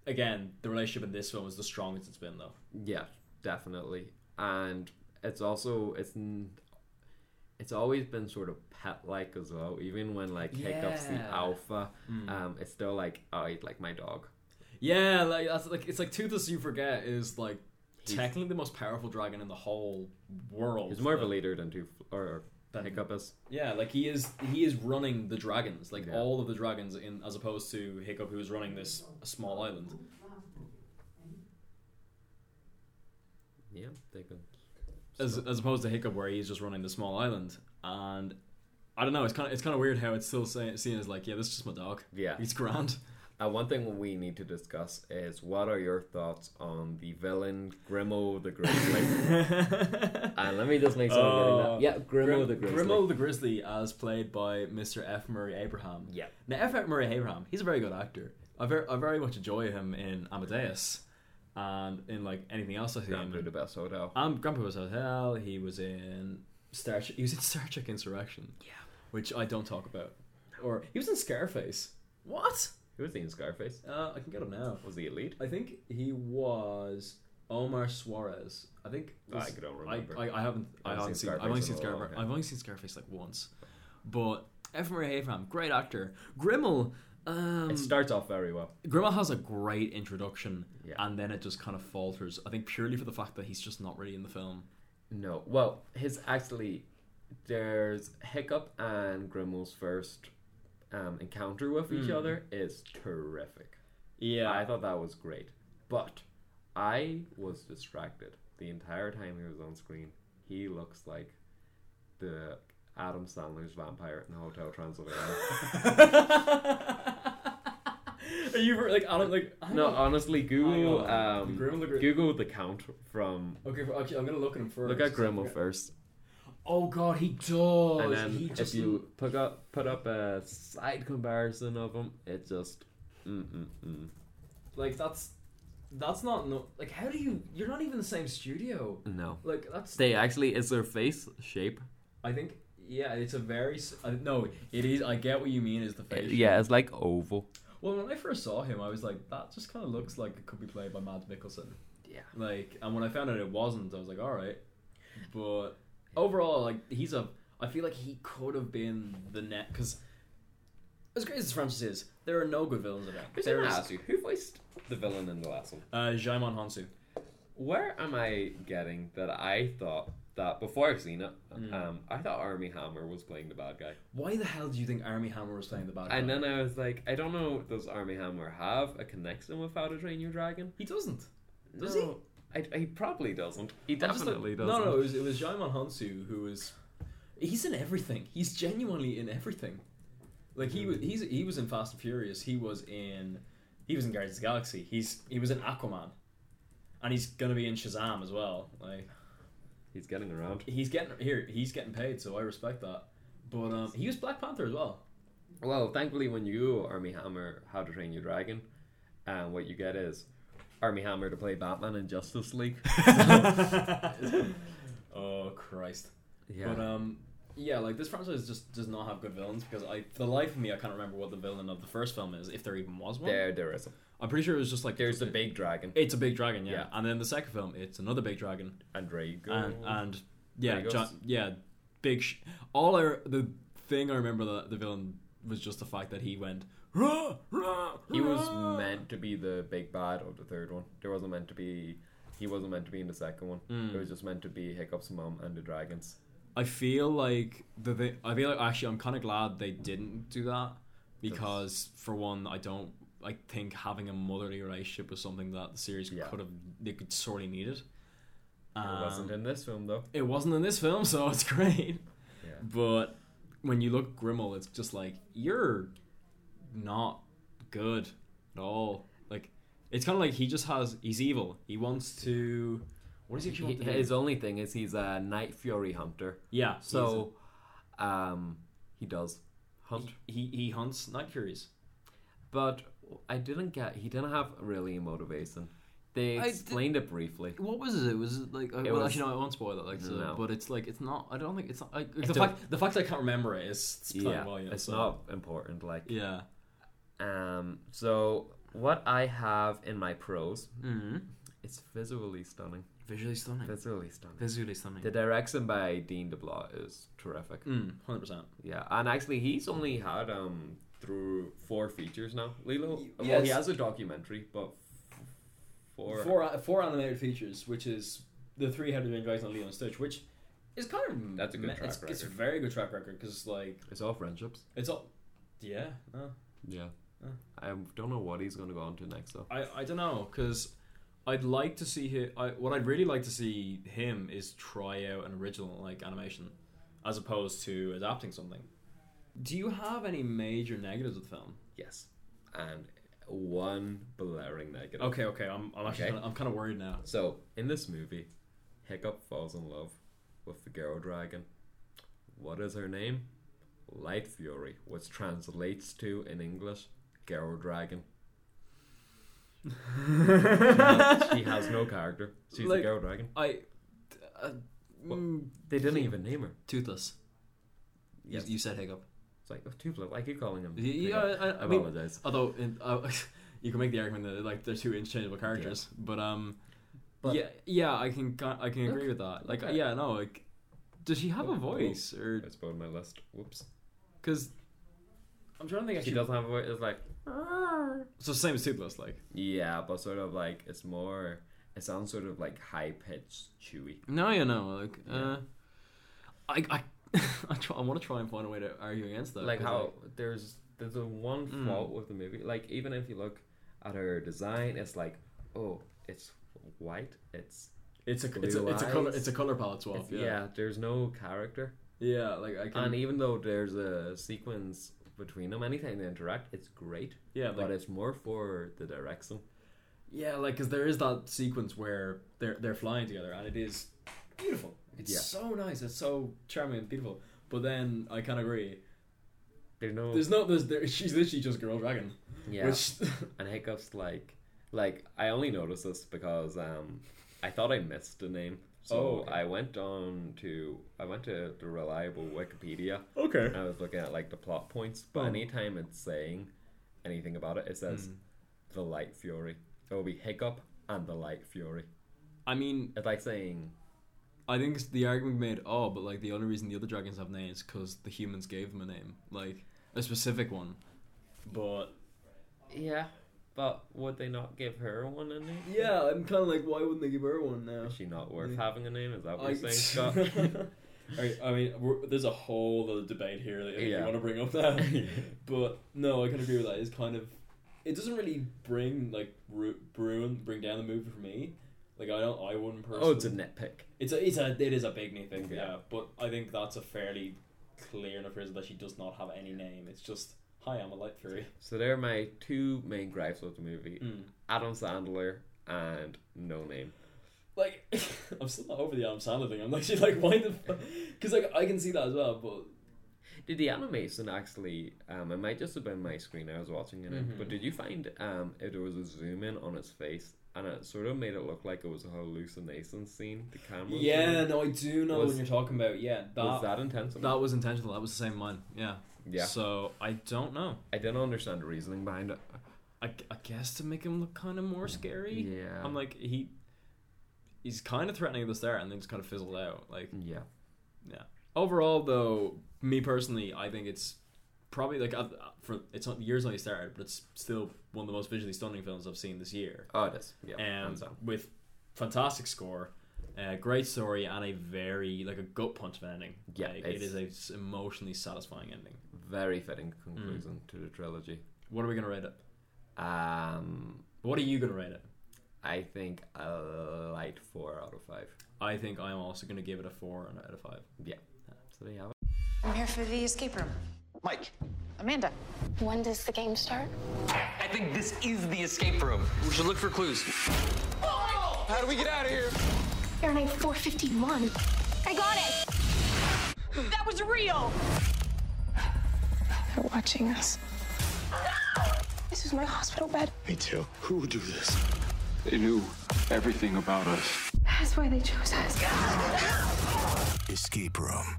Speaker 2: again the relationship in this film is the strongest it's been though
Speaker 1: Yeah, definitely. And it's also it's n- it's always been sort of pet like as well. Even when like Hiccup's the
Speaker 2: Yeah.
Speaker 1: alpha, um, it's still like oh, he's like my dog.
Speaker 2: yeah like that's like it's like Toothless you forget is like technically the most powerful dragon in the whole world
Speaker 1: He's more of a leader than Tooth or
Speaker 2: Than-
Speaker 1: Hiccup is.
Speaker 2: Yeah, like he is he is running the dragons, like
Speaker 1: Yeah.
Speaker 2: all of the dragons in as opposed to Hiccup who's running this small island.
Speaker 1: Yeah, they can.
Speaker 2: As as opposed to Hiccup where he's just running the small island. And I don't know, it's kinda it's kinda weird how it's still say, seen as like, yeah, this is just my dog.
Speaker 1: Yeah.
Speaker 2: He's grand.
Speaker 1: Uh, one thing we need to discuss is what are your thoughts on the villain Grimmo the Grizzly? and let me just make sure I'm getting
Speaker 2: Uh,
Speaker 1: that. Yeah, Grimmo the Grizzly.
Speaker 2: Grimmo the Grizzly as played by Mr. F. Murray Abraham.
Speaker 1: Yeah.
Speaker 2: Now F. F. Murray Abraham, he's a very good actor. I very I very much enjoy him in Amadeus and in like anything else I see
Speaker 1: Grand
Speaker 2: him in.
Speaker 1: Budapest Hotel.
Speaker 2: Um, Grandpa was out of hell. He was in Star. Trek- He was in Star Trek Insurrection. Yeah, which I don't talk about. Or he was in Scarface. What?
Speaker 1: Who was he in Scarface?
Speaker 2: Uh, I can get him now.
Speaker 1: Was he a lead?
Speaker 2: I think he was Omar Suarez. I think
Speaker 1: I don't remember.
Speaker 2: I, I, I haven't. I
Speaker 1: haven't
Speaker 2: haven't
Speaker 1: seen
Speaker 2: seen. I've
Speaker 1: Scarface
Speaker 2: only
Speaker 1: in
Speaker 2: seen
Speaker 1: a while,
Speaker 2: Scarface.
Speaker 1: yeah.
Speaker 2: I've only seen Scarface like once, but F. Murray Abraham, great actor. Grimmel. Um,
Speaker 1: It starts off very well.
Speaker 2: Grimmel has a great introduction,
Speaker 1: Yeah.
Speaker 2: and then it just kind of falters. I think purely for the fact that he's just not really in the film.
Speaker 1: No. Well, his actually there's Hiccup and Grimmel's first um, encounter with each other is terrific.
Speaker 2: Yeah,
Speaker 1: I thought that was great. But I was distracted the entire time he was on screen. He looks like the Adam Sandler's vampire in Hotel Transylvania.
Speaker 2: Are you for- like I don't like I
Speaker 1: no,
Speaker 2: don't-
Speaker 1: honestly, Google
Speaker 2: Hang on.
Speaker 1: um,
Speaker 2: Grim the Grim-
Speaker 1: Google the Count from.
Speaker 2: Okay, for- okay, I'm gonna look at him first.
Speaker 1: Look at Grimmel first,
Speaker 2: Oh god, he does.
Speaker 1: and then
Speaker 2: he
Speaker 1: if you put up put up a side comparison of him, it just
Speaker 2: like that's that's not no like how do you you're not even in the same studio.
Speaker 1: no.
Speaker 2: Like that's
Speaker 1: They actually is their face shape.
Speaker 2: I think yeah, it's a very s- uh, no, it is. I get what you mean is the face.
Speaker 1: Uh, Yeah, it's like oval.
Speaker 2: Well, when I first saw him, I was like, that just kind of looks like it could be played by Mads Mikkelsen.
Speaker 1: Yeah.
Speaker 2: Like, and when I found out it wasn't, I was like, all right. But overall, like, he's a. I feel like he could have been the net because, as great as Francis is, there are no good villains about. There is
Speaker 1: you who voiced the villain in the last one?
Speaker 2: uh, Jaimon Hansu.
Speaker 1: Where am I getting that I thought that before I've seen it, um, I thought Army Hammer was playing the bad guy.
Speaker 2: Why the hell do you think Army Hammer was playing the bad guy?
Speaker 1: And then I was like, I don't know, does Army Hammer have a connection with How to Train Your Dragon?
Speaker 2: he doesn't. Does he?
Speaker 1: No, I, he probably doesn't. He
Speaker 2: I'm just like-
Speaker 1: definitely doesn't.
Speaker 2: No, no, it was, it was Jaimon Hansu who was. He's in everything. He's genuinely in everything. Like he was, he's he was in Fast and Furious. He was in, he was in Guardians of the Galaxy. He's he was in Aquaman, and he's gonna be in Shazam as well. Like
Speaker 1: He's getting around.
Speaker 2: he's getting here, he's getting paid, so I respect that. But um, he was Black Panther as well.
Speaker 1: Well, thankfully, when you Google Army Hammer How to Train Your Dragon, um, what you get is Army Hammer to play Batman in Justice League.
Speaker 2: Oh Christ!
Speaker 1: yeah.
Speaker 2: But um, yeah, like this franchise just does not have good villains because I, for the life of me, I can't remember what the villain of the first film is, if there even was one.
Speaker 1: there, there is.
Speaker 2: I'm pretty sure it was just like
Speaker 1: There's the big dragon.
Speaker 2: It's a big dragon, yeah.
Speaker 1: Yeah.
Speaker 2: And then the second film, it's another big dragon,
Speaker 1: And uh, Drago.
Speaker 2: and and yeah,
Speaker 1: Dragos.
Speaker 2: John, yeah, big. Sh- all I the thing I remember that the villain was just the fact that he went. Rah, rah,
Speaker 1: He was
Speaker 2: rah."
Speaker 1: meant to be the big bad of the third one. There wasn't meant to be he wasn't meant to be in the second one. It was just meant to be Hiccup's mom and the dragons.
Speaker 2: I feel like the thi- I feel like actually I'm kind of glad they didn't do that because for one I don't I think having a motherly relationship was something that the series
Speaker 1: Yeah.
Speaker 2: could have they could sorely needed.
Speaker 1: it wasn't in this film though.
Speaker 2: It wasn't in this film, so it's great.
Speaker 1: Yeah.
Speaker 2: But when you look Grimmel, it's just like you're not good at all. Like it's kind of like he just has he's evil. He wants to. What does he actually
Speaker 1: He,
Speaker 2: want to do?
Speaker 1: his only thing is he's a night fury hunter.
Speaker 2: yeah.
Speaker 1: So, um, he does hunt.
Speaker 2: he's- he he hunts night furies.
Speaker 1: But I didn't get. He didn't have really a motivation. They
Speaker 2: I
Speaker 1: explained it briefly.
Speaker 2: What was it? Was it like? uh,
Speaker 1: well, was- actually,
Speaker 2: no, I won't spoil it. Like, so,
Speaker 1: No. but
Speaker 2: it's like it's not. I don't think it's not. Like, the
Speaker 1: don't-
Speaker 2: fact the fact I can't remember it is it's
Speaker 1: Yeah, it's not important. Like,
Speaker 2: Yeah.
Speaker 1: um, so what I have in my pros, it's visually stunning.
Speaker 2: Visually stunning.
Speaker 1: Visually stunning.
Speaker 2: Visually stunning.
Speaker 1: the direction by Dean DeBlois is terrific.
Speaker 2: Hundred percent.
Speaker 1: Yeah, and actually, he's only had um through four features now. Lilo. Well,
Speaker 2: yes.
Speaker 1: he has a documentary, but f- four.
Speaker 2: Four uh, four animated features, which is the three headed main dragons on Leo and Stitch, which is kind of
Speaker 1: Mm, That's a good
Speaker 2: me-
Speaker 1: track
Speaker 2: it's, It's a
Speaker 1: record.
Speaker 2: very good track record because like
Speaker 1: It's all friendships.
Speaker 2: it's all. Yeah. no.
Speaker 1: Yeah. Ah. I don't know what he's going to go on to next though.
Speaker 2: I I don't know because. I'd like to see him. I, what I'd really like to see him is try out an original like animation, as opposed to adapting something. Do you have any major negatives of the film?
Speaker 1: Yes. And one blaring negative.
Speaker 2: Okay, okay, I'm, I'm actually
Speaker 1: Okay.
Speaker 2: Kinda, I'm kind of worried now.
Speaker 1: So in this movie, Hiccup falls in love with the girl dragon. What is her name? Light Fury, which translates to in English, girl dragon. she has no character. She's
Speaker 2: Like-
Speaker 1: a girl dragon.
Speaker 2: I uh,
Speaker 1: They didn't even name her.
Speaker 2: toothless.
Speaker 1: Yes.
Speaker 2: You, you said hiccup.
Speaker 1: It's like, oh, Tupla, why keep calling him?
Speaker 2: Y- Yeah,
Speaker 1: Hiccup?
Speaker 2: I, I, I mean,
Speaker 1: apologize.
Speaker 2: although in, uh, you can make the argument that like they're two interchangeable characters, but um,
Speaker 1: But-
Speaker 2: yeah, yeah, I can ca- I can agree with that. Like, uh,
Speaker 1: at-
Speaker 2: yeah, no, like, does she
Speaker 1: Oh,
Speaker 2: have a voice or
Speaker 1: I spoiled my list. Whoops.
Speaker 2: because I'm trying to think.
Speaker 1: She
Speaker 2: Actually,
Speaker 1: doesn't have a voice. It's like,
Speaker 2: it's the same as toothless. Like,
Speaker 1: Yeah, but sort of like it's more. It sounds sort of like high pitched, chewy.
Speaker 2: No, you know, like, uh, I, I, I, try, I want to try and find a way to argue against that.
Speaker 1: Like Hmm.
Speaker 2: 'cause,
Speaker 1: how there's there's a one fault with the movie. Like even if you look at her design, it's like oh, it's white. It's
Speaker 2: it's a, it's a,
Speaker 1: blue
Speaker 2: it's a color,
Speaker 1: eyes.
Speaker 2: it's a color palette swap.
Speaker 1: yeah. Hmm.
Speaker 2: yeah,
Speaker 1: there's no character,
Speaker 2: yeah, like I can,
Speaker 1: and even though there's a sequence between them, anytime they interact, it's great.
Speaker 2: Yeah, like-
Speaker 1: but it's more for the direction.
Speaker 2: yeah, like because there is that sequence where they're they're flying together, and it is beautiful. It's
Speaker 1: Yeah.
Speaker 2: so nice. It's so charming and beautiful. But then I can agree.
Speaker 1: There's no
Speaker 2: There's no, there's there, she's literally just girl dragon.
Speaker 1: yeah.
Speaker 2: Which,
Speaker 1: and Hiccup's like like I only noticed this because um I thought I missed the name. So
Speaker 2: Oh, okay.
Speaker 1: I went on to I went to the reliable Wikipedia.
Speaker 2: Okay.
Speaker 1: And I was looking at like the plot points, but
Speaker 2: Oh.
Speaker 1: anytime it's saying anything about it, it
Speaker 2: Hmm.
Speaker 1: says the Light Fury. It will be Hiccup and the Light Fury.
Speaker 2: I mean,
Speaker 1: It's like saying
Speaker 2: I think it's the argument made, oh, but like the only reason the other dragons have names because the humans gave them a name, like a specific one. But
Speaker 1: yeah, but would they not give her one a name?
Speaker 2: yeah, I'm kind of like, why wouldn't they give her one now?
Speaker 1: Is she not worth having a name? Is that what
Speaker 2: I,
Speaker 1: you're saying, Scott?
Speaker 2: Alright, I mean, we're, there's a whole other debate here that I think
Speaker 1: Yeah.
Speaker 2: you want to bring up now, but no, I can agree with that. It's kind of, it doesn't really bring like ru- ruin, bring down the movie for me. Like I don't, I wouldn't personally.
Speaker 1: oh, it's a nitpick.
Speaker 2: It's a, it's a, it is a big name thing,
Speaker 1: Yeah.
Speaker 2: yeah. But I think that's a fairly clear enough reason that she does not have any name. It's just, hi, I'm a light fury.
Speaker 1: So they're my two main gripes with the movie:
Speaker 2: Hmm.
Speaker 1: Adam Sandler and No Name.
Speaker 2: Like, I'm still not over the Adam Sandler thing. I'm actually like, why the, because like I can see that as well. But
Speaker 1: Did the animation actually? Um, it might just have been my screen. I was watching it,
Speaker 2: Mm-hmm.
Speaker 1: in, but did you find um, if there was a zoom in on his face, and it sort of made it look like it was a hallucination scene? The camera.
Speaker 2: yeah,
Speaker 1: zoom?
Speaker 2: no, I do know
Speaker 1: Was-
Speaker 2: what you're talking about. Yeah, that
Speaker 1: Was that intentional?
Speaker 2: that was intentional. That was the same one. Yeah.
Speaker 1: Yeah.
Speaker 2: So I don't know.
Speaker 1: I didn't understand the reasoning behind it.
Speaker 2: I, I guess to make him look kind of more scary.
Speaker 1: Yeah.
Speaker 2: I'm like he. He's kind of threatening at the start, and then just kind of fizzled out. Like,
Speaker 1: Yeah.
Speaker 2: Yeah. Overall, though, me personally, I think it's probably like I've, for it's not the years only started, but it's still one of the most visually stunning films I've seen this year.
Speaker 1: Oh, it is. Yeah.
Speaker 2: Um,
Speaker 1: hands down.
Speaker 2: with fantastic score, uh, great story, and a very like a gut punch of an ending.
Speaker 1: Yeah,
Speaker 2: like,
Speaker 1: it's-
Speaker 2: it is a s- emotionally satisfying ending.
Speaker 1: Very fitting
Speaker 2: hmm.
Speaker 1: conclusion to the trilogy.
Speaker 2: What are we gonna rate it?
Speaker 1: Um,
Speaker 2: What are you gonna rate it?
Speaker 1: I think a light four out of five.
Speaker 2: I think I'm also gonna give it a four and out of five.
Speaker 1: Yeah. So there you have it.
Speaker 9: I'm here for the escape room.
Speaker 10: Mike,
Speaker 9: Amanda.
Speaker 11: When does the game start?
Speaker 10: I think this is the escape room. We should look for clues. How do we get out of here?
Speaker 11: Airline 451. I got it!
Speaker 9: That was real!
Speaker 11: They're watching us. This is my hospital bed.
Speaker 4: Me too. Who would do this? They knew everything about us.
Speaker 11: That's why they chose us.
Speaker 4: Escape room.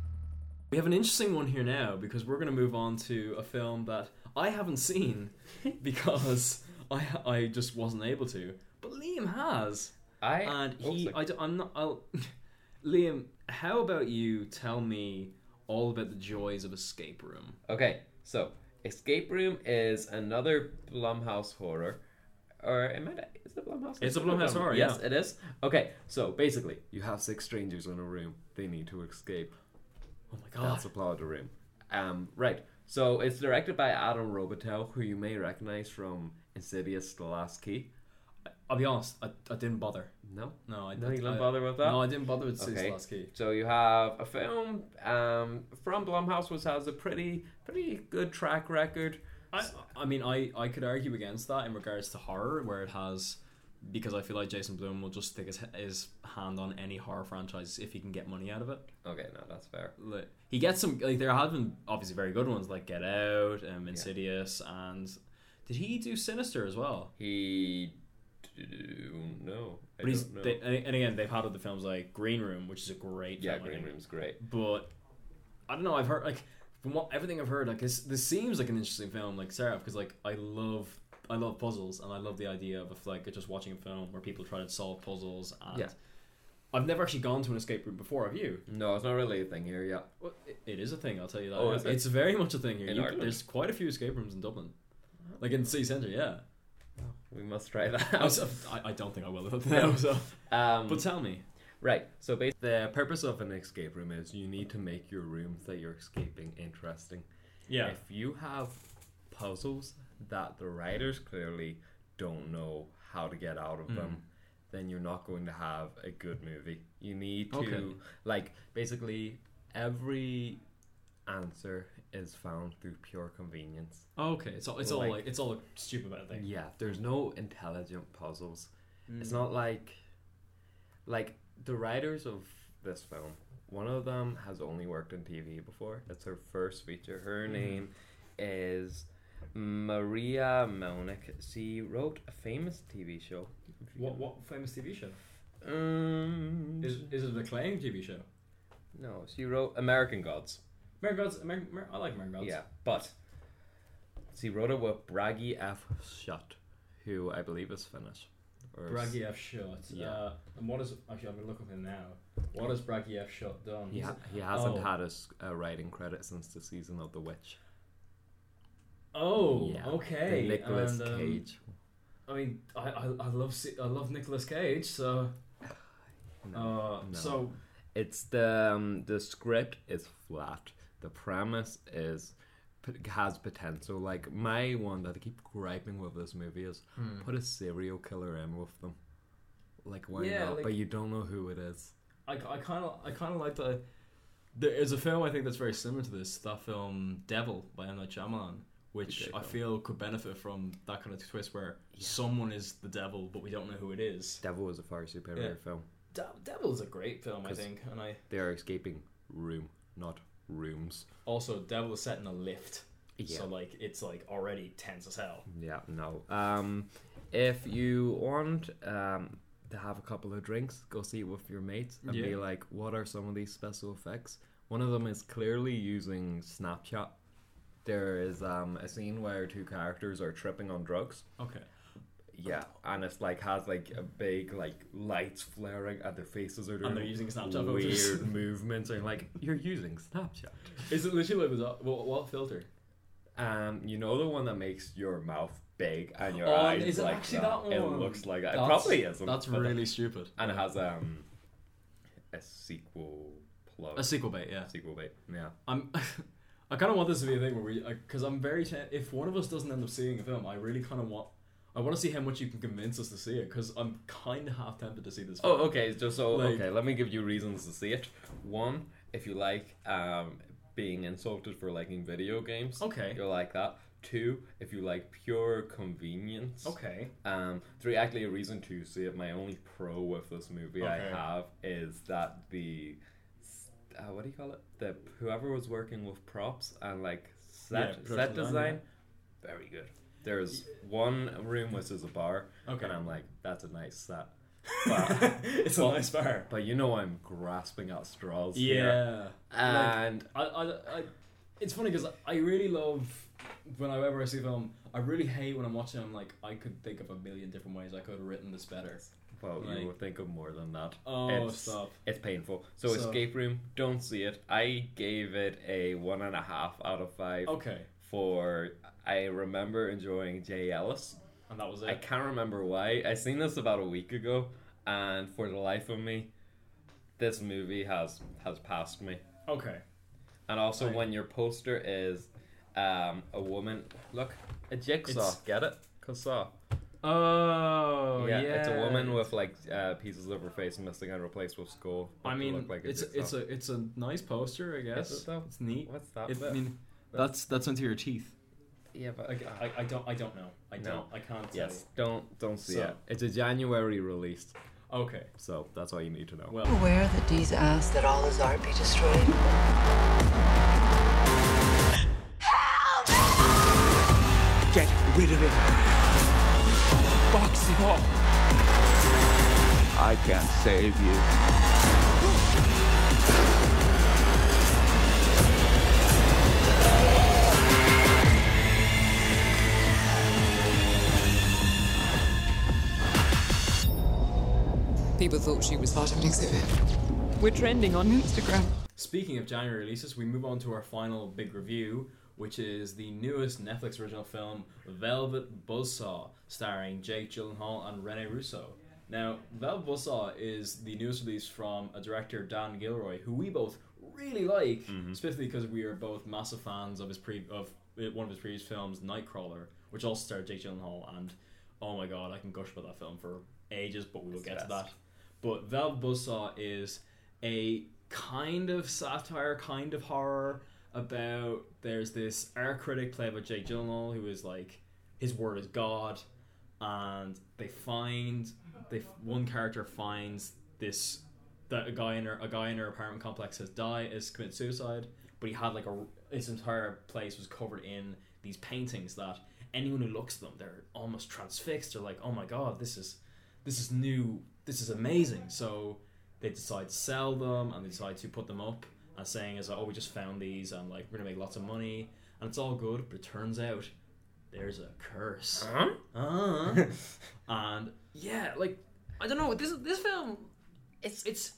Speaker 2: We have an interesting one here now because we're going to move on to a film that I haven't seen because I I just wasn't able to, but Liam has,
Speaker 1: I
Speaker 2: and he I am not I'll, Liam. How about you tell me all about the joys of escape room?
Speaker 1: Okay, so Escape Room is another Blumhouse horror. Or am I, is it Blumhouse?
Speaker 2: It's a Blumhouse horror,
Speaker 1: Yes,
Speaker 2: yeah.
Speaker 1: it is. Okay, so basically, you have six strangers in a room. They need to escape.
Speaker 2: Oh my god!
Speaker 1: That's a plot of the room. Um, right. So it's directed by Adam Robitel, who you may recognize from Insidious: The Last Key.
Speaker 2: I'll be honest, I, I didn't bother.
Speaker 1: No,
Speaker 2: No, I
Speaker 1: no, you
Speaker 2: didn't
Speaker 1: didn't bother with that.
Speaker 2: No, I didn't bother with Six Last Key.
Speaker 1: So you have a film um, from Blumhouse, which has a pretty, pretty good track record.
Speaker 2: I, I mean, I, I could argue against that in regards to horror, where it has, because I feel like Jason Blum will just stick his, his hand on any horror franchise if he can get money out of it.
Speaker 1: Okay, no, that's fair.
Speaker 2: Like, he gets some, like, there have been obviously very good ones, like Get Out, um, Insidious, and did he do Sinister as well?
Speaker 1: He do no. I
Speaker 2: But he's,
Speaker 1: don't know.
Speaker 2: they, and and again, they've had other films like Green Room, which is a great
Speaker 1: yeah,
Speaker 2: film. I
Speaker 1: Green
Speaker 2: think.
Speaker 1: Room's great.
Speaker 2: But I don't know. I've heard like from what everything I've heard, like this this seems like an interesting film, like Seraph, because like I love I love puzzles and I love the idea of like just watching a film where people try to solve puzzles. And
Speaker 1: Yeah.
Speaker 2: I've never actually gone to an escape room before. Have you?
Speaker 1: No, it's not really a thing here. Yeah,
Speaker 2: Well, it- it is a thing. I'll tell you that.
Speaker 1: Oh, is it?
Speaker 2: It's very much a thing here.
Speaker 1: In
Speaker 2: You-
Speaker 1: Ireland?
Speaker 2: there's quite a few escape rooms in Dublin, like in the city centre. Yeah.
Speaker 1: we must try that.
Speaker 2: I, was- I, I don't think I will. No, so.
Speaker 1: Um,
Speaker 2: But tell me.
Speaker 1: right. So basically, the purpose of an escape room is you need to make your rooms that you're escaping interesting.
Speaker 2: Yeah.
Speaker 1: If you have puzzles that the writers clearly don't know how to get out of them,
Speaker 2: Mm.
Speaker 1: then you're not going to have a good movie. You need to,
Speaker 2: Okay.
Speaker 1: like, basically, every answer is found through pure convenience.
Speaker 2: okay. It's all. It's all
Speaker 1: Like-
Speaker 2: like it's all a stupid about thing.
Speaker 1: Yeah, there's no intelligent puzzles. It's not like like the writers of this film. One of them has only worked in TV before. It's her first feature. Her name is Maria Melnick. She wrote a famous TV show.
Speaker 2: What what famous TV show?
Speaker 1: Um,
Speaker 2: Is is it an acclaimed TV show?
Speaker 1: no, she wrote American Gods.
Speaker 2: American Gods. American, Amer- I like American Gods.
Speaker 1: Yeah, but she wrote it with Bragi F. Shutt, who I believe is Finnish. Or
Speaker 2: Braggy F. Shot.
Speaker 1: Yeah.
Speaker 2: Uh, and what is actually? I'm gonna look up him now. What has Braggy F. Shot done?
Speaker 1: He, ha- he hasn't
Speaker 2: Oh.
Speaker 1: had a, s- a writing credit since the season of The Witch.
Speaker 2: Oh, okay.
Speaker 1: The Nicolas
Speaker 2: And, um,
Speaker 1: Cage.
Speaker 2: I mean, I, I, I love se- I love Nicolas Cage. So, uh, so
Speaker 1: It's the um, the script is flat. The premise is p- has potential. Like my one that I keep griping with this movie is
Speaker 2: Hmm.
Speaker 1: put a serial killer in with them. Like why
Speaker 2: Yeah,
Speaker 1: not?
Speaker 2: like-
Speaker 1: but you don't know who it is.
Speaker 2: I kind of I kind of like the. There is a film I think that's very similar to this. That film Devil by M Night Shyamalan, which
Speaker 1: Okay,
Speaker 2: I
Speaker 1: cool.
Speaker 2: feel could benefit from that kind of twist where someone is the devil, but we don't know who it is.
Speaker 1: Devil is a far superior
Speaker 2: Yeah.
Speaker 1: film.
Speaker 2: De- Devil is a great film, I
Speaker 1: 'Cause-
Speaker 2: think, and I
Speaker 1: They are escaping room, not rooms.
Speaker 2: Also, Devil is set in a lift.
Speaker 1: Yeah. Mm-hmm.
Speaker 2: So like it's like already tense as hell.
Speaker 1: Yeah, no. Um, if you want um, to have a couple of drinks, go see it with your mates and be
Speaker 2: Yeah.
Speaker 1: like, what are some of these special effects? One of them is clearly using Snapchat. There is um, a scene where two characters are tripping on drugs.
Speaker 2: Okay.
Speaker 1: Yeah, and it's like has like a big like lights flaring at their faces are doing
Speaker 2: they're using Snapchat
Speaker 1: weird
Speaker 2: filters.
Speaker 1: movements. And you're like, you're using Snapchat.
Speaker 2: Is it literally like the what, what filter?
Speaker 1: Um, you know the one that makes your mouth big and your
Speaker 2: Oh,
Speaker 1: eyes
Speaker 2: is it
Speaker 1: like
Speaker 2: actually that
Speaker 1: It
Speaker 2: one?
Speaker 1: looks like that. it
Speaker 2: That's-
Speaker 1: probably isn't.
Speaker 2: that's
Speaker 1: but
Speaker 2: really stupid.
Speaker 1: And it has um a sequel plug.
Speaker 2: A sequel bait, yeah.
Speaker 1: Sequel bait. Yeah.
Speaker 2: I'm. I kind of want this to be a thing where we, because I'm very. T- if one of us doesn't end up seeing a film, I really kind of want. I want to see how much you can convince us to see it, because I'm kind of half tempted to see this.
Speaker 1: Oh,
Speaker 2: film.
Speaker 1: okay. So, so
Speaker 2: Like-
Speaker 1: okay. Let me give you reasons to see it. One, if you like um, being insulted for liking video games,
Speaker 2: Okay.
Speaker 1: you'll like that. Two, if you like pure convenience,
Speaker 2: Okay.
Speaker 1: Um, three, actually, a reason to see it. My only pro with this movie
Speaker 2: Okay.
Speaker 1: I have is that the s- uh, what do you call it? The whoever was working with props and like
Speaker 2: Yeah,
Speaker 1: set
Speaker 2: production
Speaker 1: set
Speaker 2: design,
Speaker 1: design, very good. There's one room which is a bar,
Speaker 2: Okay.
Speaker 1: and I'm like, that's a nice set. But-
Speaker 2: It's a
Speaker 1: but-
Speaker 2: nice bar.
Speaker 1: But you know I'm grasping at straws
Speaker 2: Yeah.
Speaker 1: here. And
Speaker 2: I, I, I, it's funny because I really love whenever I see a film. I really hate when I'm watching. I'm like, I could think of a million different ways I could have written this better.
Speaker 1: well,
Speaker 2: Like-
Speaker 1: you will think of more than that.
Speaker 2: Oh,
Speaker 1: it's,
Speaker 2: stop.
Speaker 1: It's painful. So,
Speaker 2: So-
Speaker 1: escape room, don't see it. I gave it a one and a half out of five.
Speaker 2: Okay.
Speaker 1: For I remember enjoying Jay Ellis.
Speaker 2: And that was it.
Speaker 1: I can't remember why. I seen this about a week ago, and for the life of me, this movie has has passed me.
Speaker 2: Okay.
Speaker 1: And also, when your poster is um, a woman, look, a jigsaw.
Speaker 2: It's-
Speaker 1: Get it? Jigsaw.
Speaker 2: Oh
Speaker 1: yeah, it's a woman with like uh, pieces of her face missing and replaced with skull.
Speaker 2: I
Speaker 1: to
Speaker 2: mean,
Speaker 1: look like
Speaker 2: it's
Speaker 1: jigsaw.
Speaker 2: it's a it's a nice poster, I guess.
Speaker 1: it though?
Speaker 2: It's neat.
Speaker 1: What's that
Speaker 2: It, I
Speaker 1: bit?
Speaker 2: mean, that's that's onto your teeth.
Speaker 1: yeah, but
Speaker 2: Like, I, I don't I don't know. I
Speaker 1: No.
Speaker 2: don't. I can't. Tell.
Speaker 1: yes, don't don't see
Speaker 2: So-
Speaker 1: it. It's a January release,
Speaker 2: Okay.
Speaker 1: so that's all you need to know.
Speaker 2: Well.
Speaker 12: Aware that Dee's asked that all his art be destroyed.
Speaker 8: Get rid of it. Box it off.
Speaker 5: I can't save you.
Speaker 12: People thought she was part of an exhibit. We're trending on Instagram.
Speaker 2: Speaking of January releases, we move on to our final big review, which is the newest Netflix original film, Velvet Buzzsaw, starring Jake Gyllenhaal and Rene Russo. Now, Velvet Buzzsaw is the newest release from a director, Dan Gilroy, who we both really like, specifically because we are both massive fans of his pre- of uh, one of his previous films, Nightcrawler, which also starred Jake Gyllenhaal, and oh my god, I can gush about that film for ages, but we will get to
Speaker 1: best.
Speaker 2: that. But Velvet Buzzsaw is a kind of satire, kind of horror about there's this art critic played by Jake Gyllenhaal who is like his word is God, and they find they one character finds this that a guy in her a guy in her apartment complex has died has committed suicide, but he had like a his entire place was covered in these paintings that anyone who looks at them they're almost transfixed. They're like, oh my god, this is this is new, this is amazing. So they decide to sell them and they decide to put them up and saying is like, oh, we just found these and like we're gonna make lots of money and it's all good, but it turns out there's a curse.
Speaker 1: Huh?
Speaker 2: Uh-huh. and yeah, like I don't know, this this film it's it's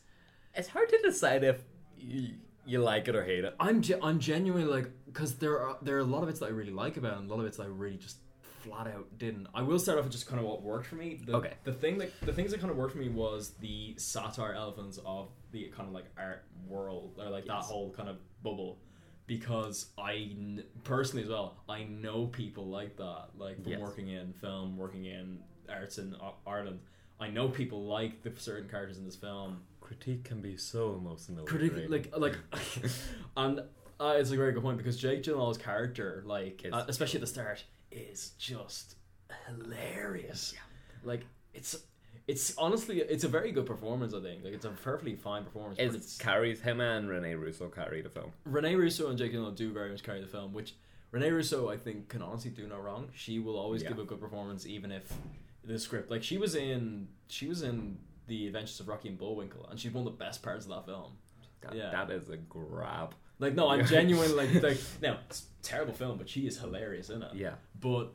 Speaker 1: It's hard to decide if you, you like it or hate it.
Speaker 2: I'm ge- I'm genuinely like because there are there are a lot of bits that I really like about it and a lot of bits that I really just flat out didn't. I will start off with just kind of what worked for me. The,
Speaker 1: Okay.
Speaker 2: The thing that the things that kind of worked for me was the satire elements of the kind of like art world or like that whole kind of bubble. Because I kn- personally as well, I know people like that, like from
Speaker 1: Yes.
Speaker 2: working in film, working in arts in uh, Ireland. I know people like the certain characters in this film,
Speaker 1: Critique can be so emotional.
Speaker 2: Predict- like like and uh, it's a very good point because Jake Gyllenhaal's character like
Speaker 1: Is-
Speaker 2: uh, especially at the start is just hilarious like it's it's honestly it's a very good performance I think like it's a perfectly fine performance but
Speaker 1: it carries him and Rene Russo carry the film.
Speaker 2: Rene Russo and Jake Gyllenhaal do very much carry the film, which Rene Russo I think can honestly do no wrong. She will always
Speaker 1: Yeah.
Speaker 2: give a good performance, even if the script like she was in she was in the Adventures of Rocky and Bullwinkle, and she's one of the best parts of that film.
Speaker 1: God,
Speaker 2: Yeah.
Speaker 1: That is a grab.
Speaker 2: Like no, I'm
Speaker 1: Yeah.
Speaker 2: genuinely like like no, it's a terrible film, but she is hilarious in it.
Speaker 1: Yeah.
Speaker 2: But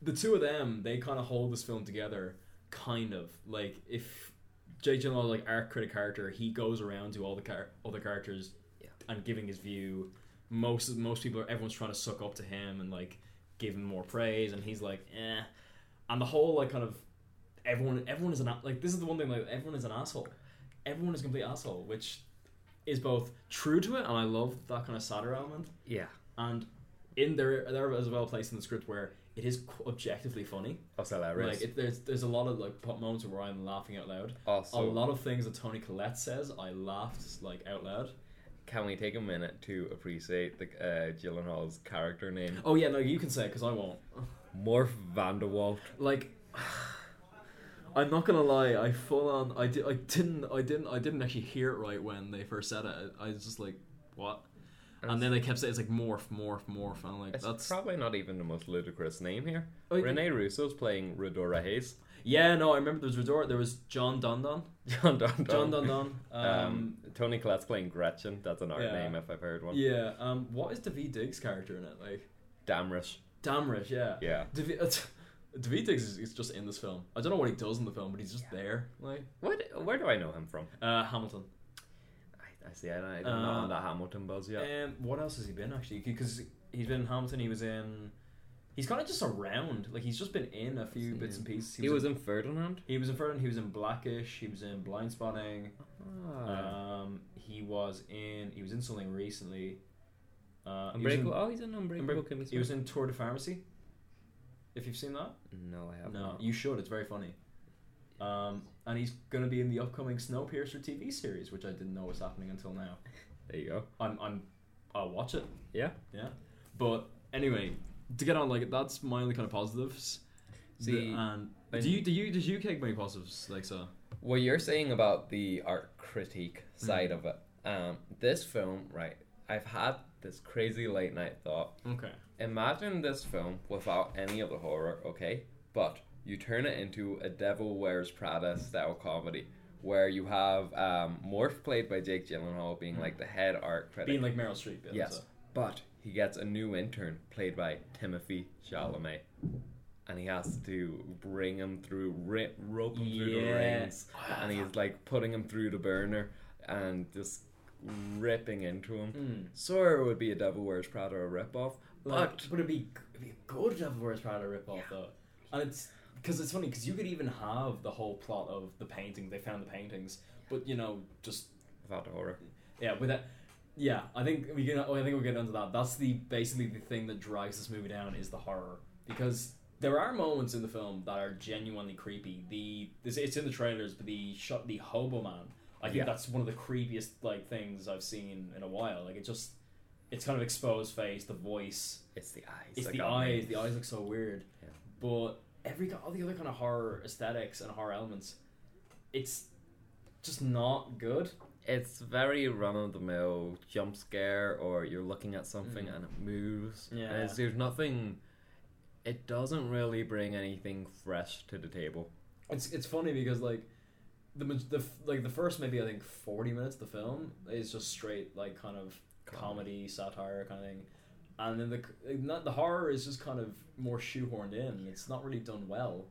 Speaker 2: the two of them, they kind of hold this film together, kind of like if Jake Gyllenhaal like art critic character, he goes around to all the char- other characters and giving his view most most people everyone's trying to suck up to him and like give him more praise and he's like eh and the whole like kind of everyone everyone is an a- like this is the one thing like everyone is an asshole everyone is a complete asshole which is both true to it and I love that kind of satire element
Speaker 1: Yeah.
Speaker 2: and in there there as well placed in the script where it is qu- objectively funny
Speaker 1: That's hilarious.
Speaker 2: like it, there's there's a lot of like pop moments where I'm laughing out loud
Speaker 1: Also-
Speaker 2: a lot of things that Tony Collette says I laughed like out loud
Speaker 1: Can we take a minute to appreciate the uh, Gyllenhaal's character name?
Speaker 2: oh yeah no you can say it because I won't
Speaker 1: Morph Vanderwalt.
Speaker 2: like I'm not gonna lie, I full on I did I didn't I didn't I didn't actually hear it right when they first said it. I was just like, what? And then they kept saying it's like morph, morph, morph, and I'm like
Speaker 1: It's
Speaker 2: that's
Speaker 1: probably not even the most ludicrous name here.
Speaker 2: Oh, you
Speaker 1: Rene Russo's playing Redora Hayes.
Speaker 2: yeah. No, I remember there was Redor, there was John Dondon,
Speaker 1: John Don
Speaker 2: John Dondon. Um,
Speaker 1: Tony Collette's playing Gretchen. That's an art
Speaker 2: Yeah.
Speaker 1: name if I've heard one.
Speaker 2: yeah. Um, what is David Diggs' character in it? Like
Speaker 1: Damrish.
Speaker 2: Damrish, yeah.
Speaker 1: Yeah.
Speaker 2: David, uh, David Diggs is, is just in this film. I don't know what he does in the film, but he's just there. Like
Speaker 1: What? Where do I know him from?
Speaker 2: uh, Hamilton.
Speaker 1: I see. I, I'm
Speaker 2: Uh,
Speaker 1: not on that Hamilton buzz yet.
Speaker 2: Um, what else has he been actually? Because he's been in Hamilton. He was in. He's kind of just around. Like he's just been in a few bits and pieces.
Speaker 1: he was in Ferdinand.
Speaker 2: He was in Ferdinand. He was in Blackish. He was in Blind Spotting.
Speaker 1: Ah.
Speaker 2: Um, he was in. He was in something recently. Uh, he was in-
Speaker 1: Unbreakable. oh, he's in Unbreakable. Kimmy Smith.
Speaker 2: He was in Tour de Pharmacy. If you've seen that,
Speaker 1: No, I haven't.
Speaker 2: no, you should. It's very funny. Um, and he's going to be in the upcoming Snowpiercer TV series, which I didn't know was happening until now.
Speaker 1: There you go.
Speaker 2: I'm, I'm, I'll watch it.
Speaker 1: Yeah.
Speaker 2: Yeah. But anyway, to get on, like that's my only kind of positives.
Speaker 1: See,
Speaker 2: The- and
Speaker 1: when-
Speaker 2: do you do you does you take many positives like so?
Speaker 1: what you're saying about the art critique
Speaker 2: Mm.
Speaker 1: side of it um, this film right i've had this crazy late night thought
Speaker 2: Okay.
Speaker 1: imagine this film without any of the horror okay but you turn it into a devil wears prada style comedy where you have um, Morph played by Jake Gyllenhaal being like the head art critic,
Speaker 2: Being like Meryl Streep. Yeah,
Speaker 1: yes,
Speaker 2: that's it.
Speaker 1: but he gets a new intern played by Timothy Chalamet, and he has to bring him through, ri- rope him through the
Speaker 2: Yeah.
Speaker 1: rings, and he's like putting him through the burner and just ripping into him. Sawyer would be a Devil Wears Prada or ripoff,
Speaker 2: Hmm. Like,
Speaker 1: but
Speaker 2: but it'd be it'd be a good Devil Wears Prada ripoff though, and it's because it's funny because you could even have the whole plot of the painting. They found the paintings, but you know just
Speaker 1: without the horror.
Speaker 2: yeah with that. Yeah, I think we can. I think we'll get onto that. That's the basically the thing that drags this movie down is the horror because there are moments in the film that are genuinely creepy. The this, it's in the trailers, but the shot the hobo man. I think
Speaker 1: Yeah.
Speaker 2: that's one of the creepiest like things I've seen in a while. Like it just, it's kind of exposed face, the voice,
Speaker 1: It's the eyes.
Speaker 2: it's
Speaker 1: that
Speaker 2: the
Speaker 1: got me.
Speaker 2: eyes. The eyes look so weird. But every all the other kind of horror aesthetics and horror elements, it's just not good.
Speaker 1: It's very run of the mill jump scare, or you're looking at something and it moves.
Speaker 2: Mm. Yeah.
Speaker 1: And it's, there's nothing. It doesn't really bring anything fresh to the table.
Speaker 2: It's it's funny because like the maj- the f- like the first maybe I think forty minutes of the film is just straight like kind of comedy, satire kind of thing, and then the c- like, not, the horror is just kind of more shoehorned in. It's not really done well.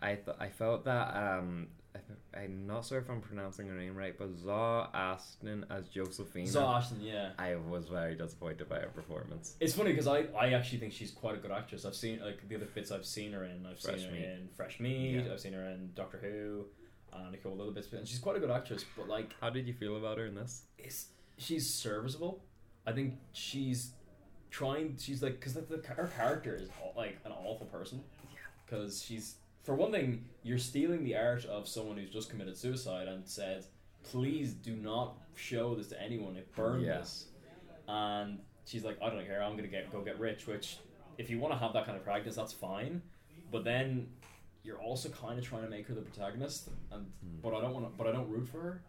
Speaker 1: I th- I felt that um I th- I'm not sure if I'm pronouncing her name right, but Zaw Aston as Josephine.
Speaker 2: Zaw Ashton, yeah.
Speaker 1: I was very disappointed by her performance.
Speaker 2: It's funny because I, I actually think she's quite a good actress. I've seen like the other bits I've seen her in. I've
Speaker 1: Fresh
Speaker 2: seen her
Speaker 1: Meat.
Speaker 2: in Fresh Meat.
Speaker 1: Yeah.
Speaker 2: I've seen her in Doctor Who, uh, and a couple other bits. And she's quite a good actress, but like
Speaker 1: How did you feel about her in this?
Speaker 2: is she's serviceable. I think she's trying. She's like because the, the, her character is aw- like an awful person. Because she's for one thing, you're stealing the art of someone who's just committed suicide and said, "Please do not show this to anyone. It burns."
Speaker 1: Yeah.
Speaker 2: this." And she's like, "I don't care. I'm gonna get go get rich." Which, if you want to have that kind of practice, that's fine. But then you're also kind of trying to make her the protagonist, and but I don't want to. But I don't root for her.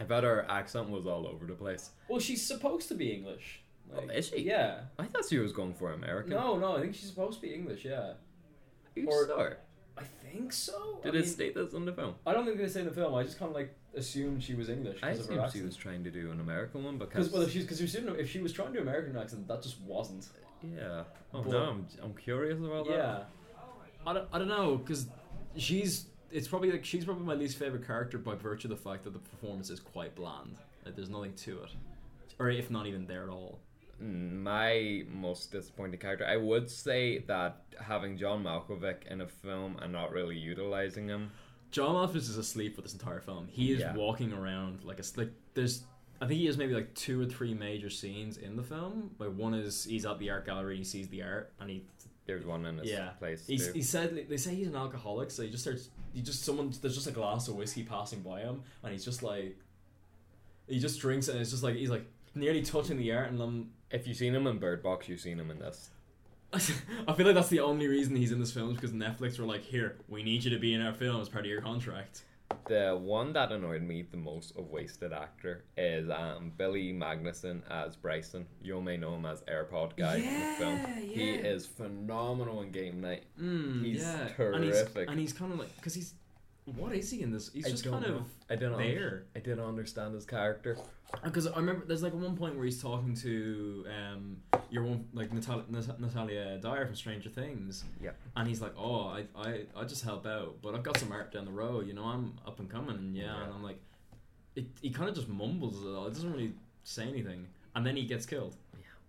Speaker 1: I thought her accent was all over the place.
Speaker 2: Well, she's supposed to be English.
Speaker 1: Oh, is she?
Speaker 2: Yeah.
Speaker 1: I thought she was going for American.
Speaker 2: No, no, I think she's supposed to be English. Yeah.
Speaker 1: you
Speaker 2: or-
Speaker 1: sure?
Speaker 2: I think so.
Speaker 1: Did
Speaker 2: I
Speaker 1: it
Speaker 2: mean,
Speaker 1: state this on the film?
Speaker 2: I don't think they say in the film. I just kind of like assumed she was English
Speaker 1: I
Speaker 2: because of her
Speaker 1: assumed she
Speaker 2: accent.
Speaker 1: was trying to do an American one because
Speaker 2: Because well, if she's because if she was trying to do American accent, that just wasn't.
Speaker 1: yeah. Oh
Speaker 2: But-
Speaker 1: no, I'm, I'm curious about that.
Speaker 2: Yeah. I don't, I don't know because she's it's probably like she's probably my least favorite character by virtue of the fact that the performance is quite bland. Like there's nothing to it, or if not even there at all.
Speaker 1: my most disappointing character. I would say that having John Malkovich in a film and not really utilizing him.
Speaker 2: John Malkovich is asleep for this entire film. He is
Speaker 1: Yeah.
Speaker 2: walking around like a s- like. There's, I think he has maybe like two or three major scenes in the film. Like one is he's at the art gallery, he sees the art, and he
Speaker 1: There's one in his place.
Speaker 2: He's,
Speaker 1: too.
Speaker 2: he said they say he's an alcoholic, so he just starts. He just someone there's just a glass of whiskey passing by him, and he's just like, he just drinks, and it's just like he's like nearly touching the air, and then
Speaker 1: if you've seen him in Bird Box, you've seen him in this.
Speaker 2: I feel like that's the only reason he's in this film is because Netflix were like, here, we need you to be in our film as part of your contract.
Speaker 1: The one that annoyed me the most of Wasted Actor is um, Billy Magnuson as Bryson. You may know him as AirPod Guy in the film. He
Speaker 2: yeah.
Speaker 1: is phenomenal in Game Night.
Speaker 2: Mm,
Speaker 1: he's
Speaker 2: yeah.
Speaker 1: terrific.
Speaker 2: and he's, and he's kind of like because he's what is he in this? He's
Speaker 1: I
Speaker 2: just
Speaker 1: don't
Speaker 2: kind
Speaker 1: know.
Speaker 2: of
Speaker 1: I didn't under-
Speaker 2: there.
Speaker 1: I didn't understand his character.
Speaker 2: Because I remember there's like one point where he's talking to um your one like Natal- Nat- Natalia Dyer from Stranger Things.
Speaker 1: Yeah.
Speaker 2: And he's like, oh, I, I I just help out, but I've got some art down the road. You know, I'm up and coming. And yeah, and I'm like, it. He kind of just mumbles it all. It doesn't really say anything. And then he gets killed.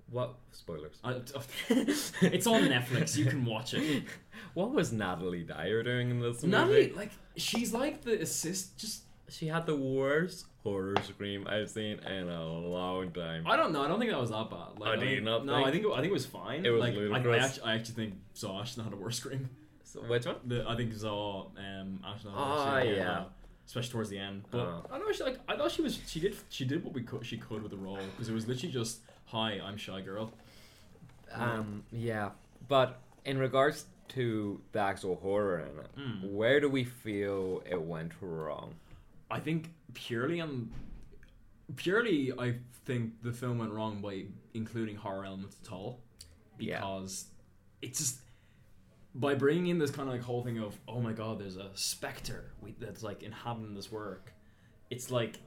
Speaker 1: What spoilers?
Speaker 2: I, it's on Netflix. You can watch it.
Speaker 1: What was Natalie Dyer doing in this
Speaker 2: Natalie,
Speaker 1: movie?
Speaker 2: like, she's like the assist. Just
Speaker 1: she had the worst horror scream I've seen in a long time.
Speaker 2: I don't know. I don't think that was that bad. Like,
Speaker 1: Oh,
Speaker 2: I
Speaker 1: do you
Speaker 2: think-
Speaker 1: not
Speaker 2: No,
Speaker 1: think?
Speaker 2: I think it, I think it was fine.
Speaker 1: It was
Speaker 2: like, I- I,
Speaker 1: ludicrous.
Speaker 2: actually, I actually think Zaw should not have a worse scream.
Speaker 1: So which one?
Speaker 2: The, I think Zaw um, actually.
Speaker 1: Oh, yeah.
Speaker 2: Especially towards the end, but
Speaker 1: Oh.
Speaker 2: I know she like I thought she was she did she did what we could she could with the role because it was literally just hi I'm shy girl.
Speaker 1: Um, yeah, but in regards to the actual horror in it,
Speaker 2: Mm.
Speaker 1: where do we feel it went wrong?
Speaker 2: I think purely on purely I think the film went wrong by including horror elements at all because it's just by bringing in this kind of like whole thing of oh my god there's a specter we, that's like inhabiting this work it's like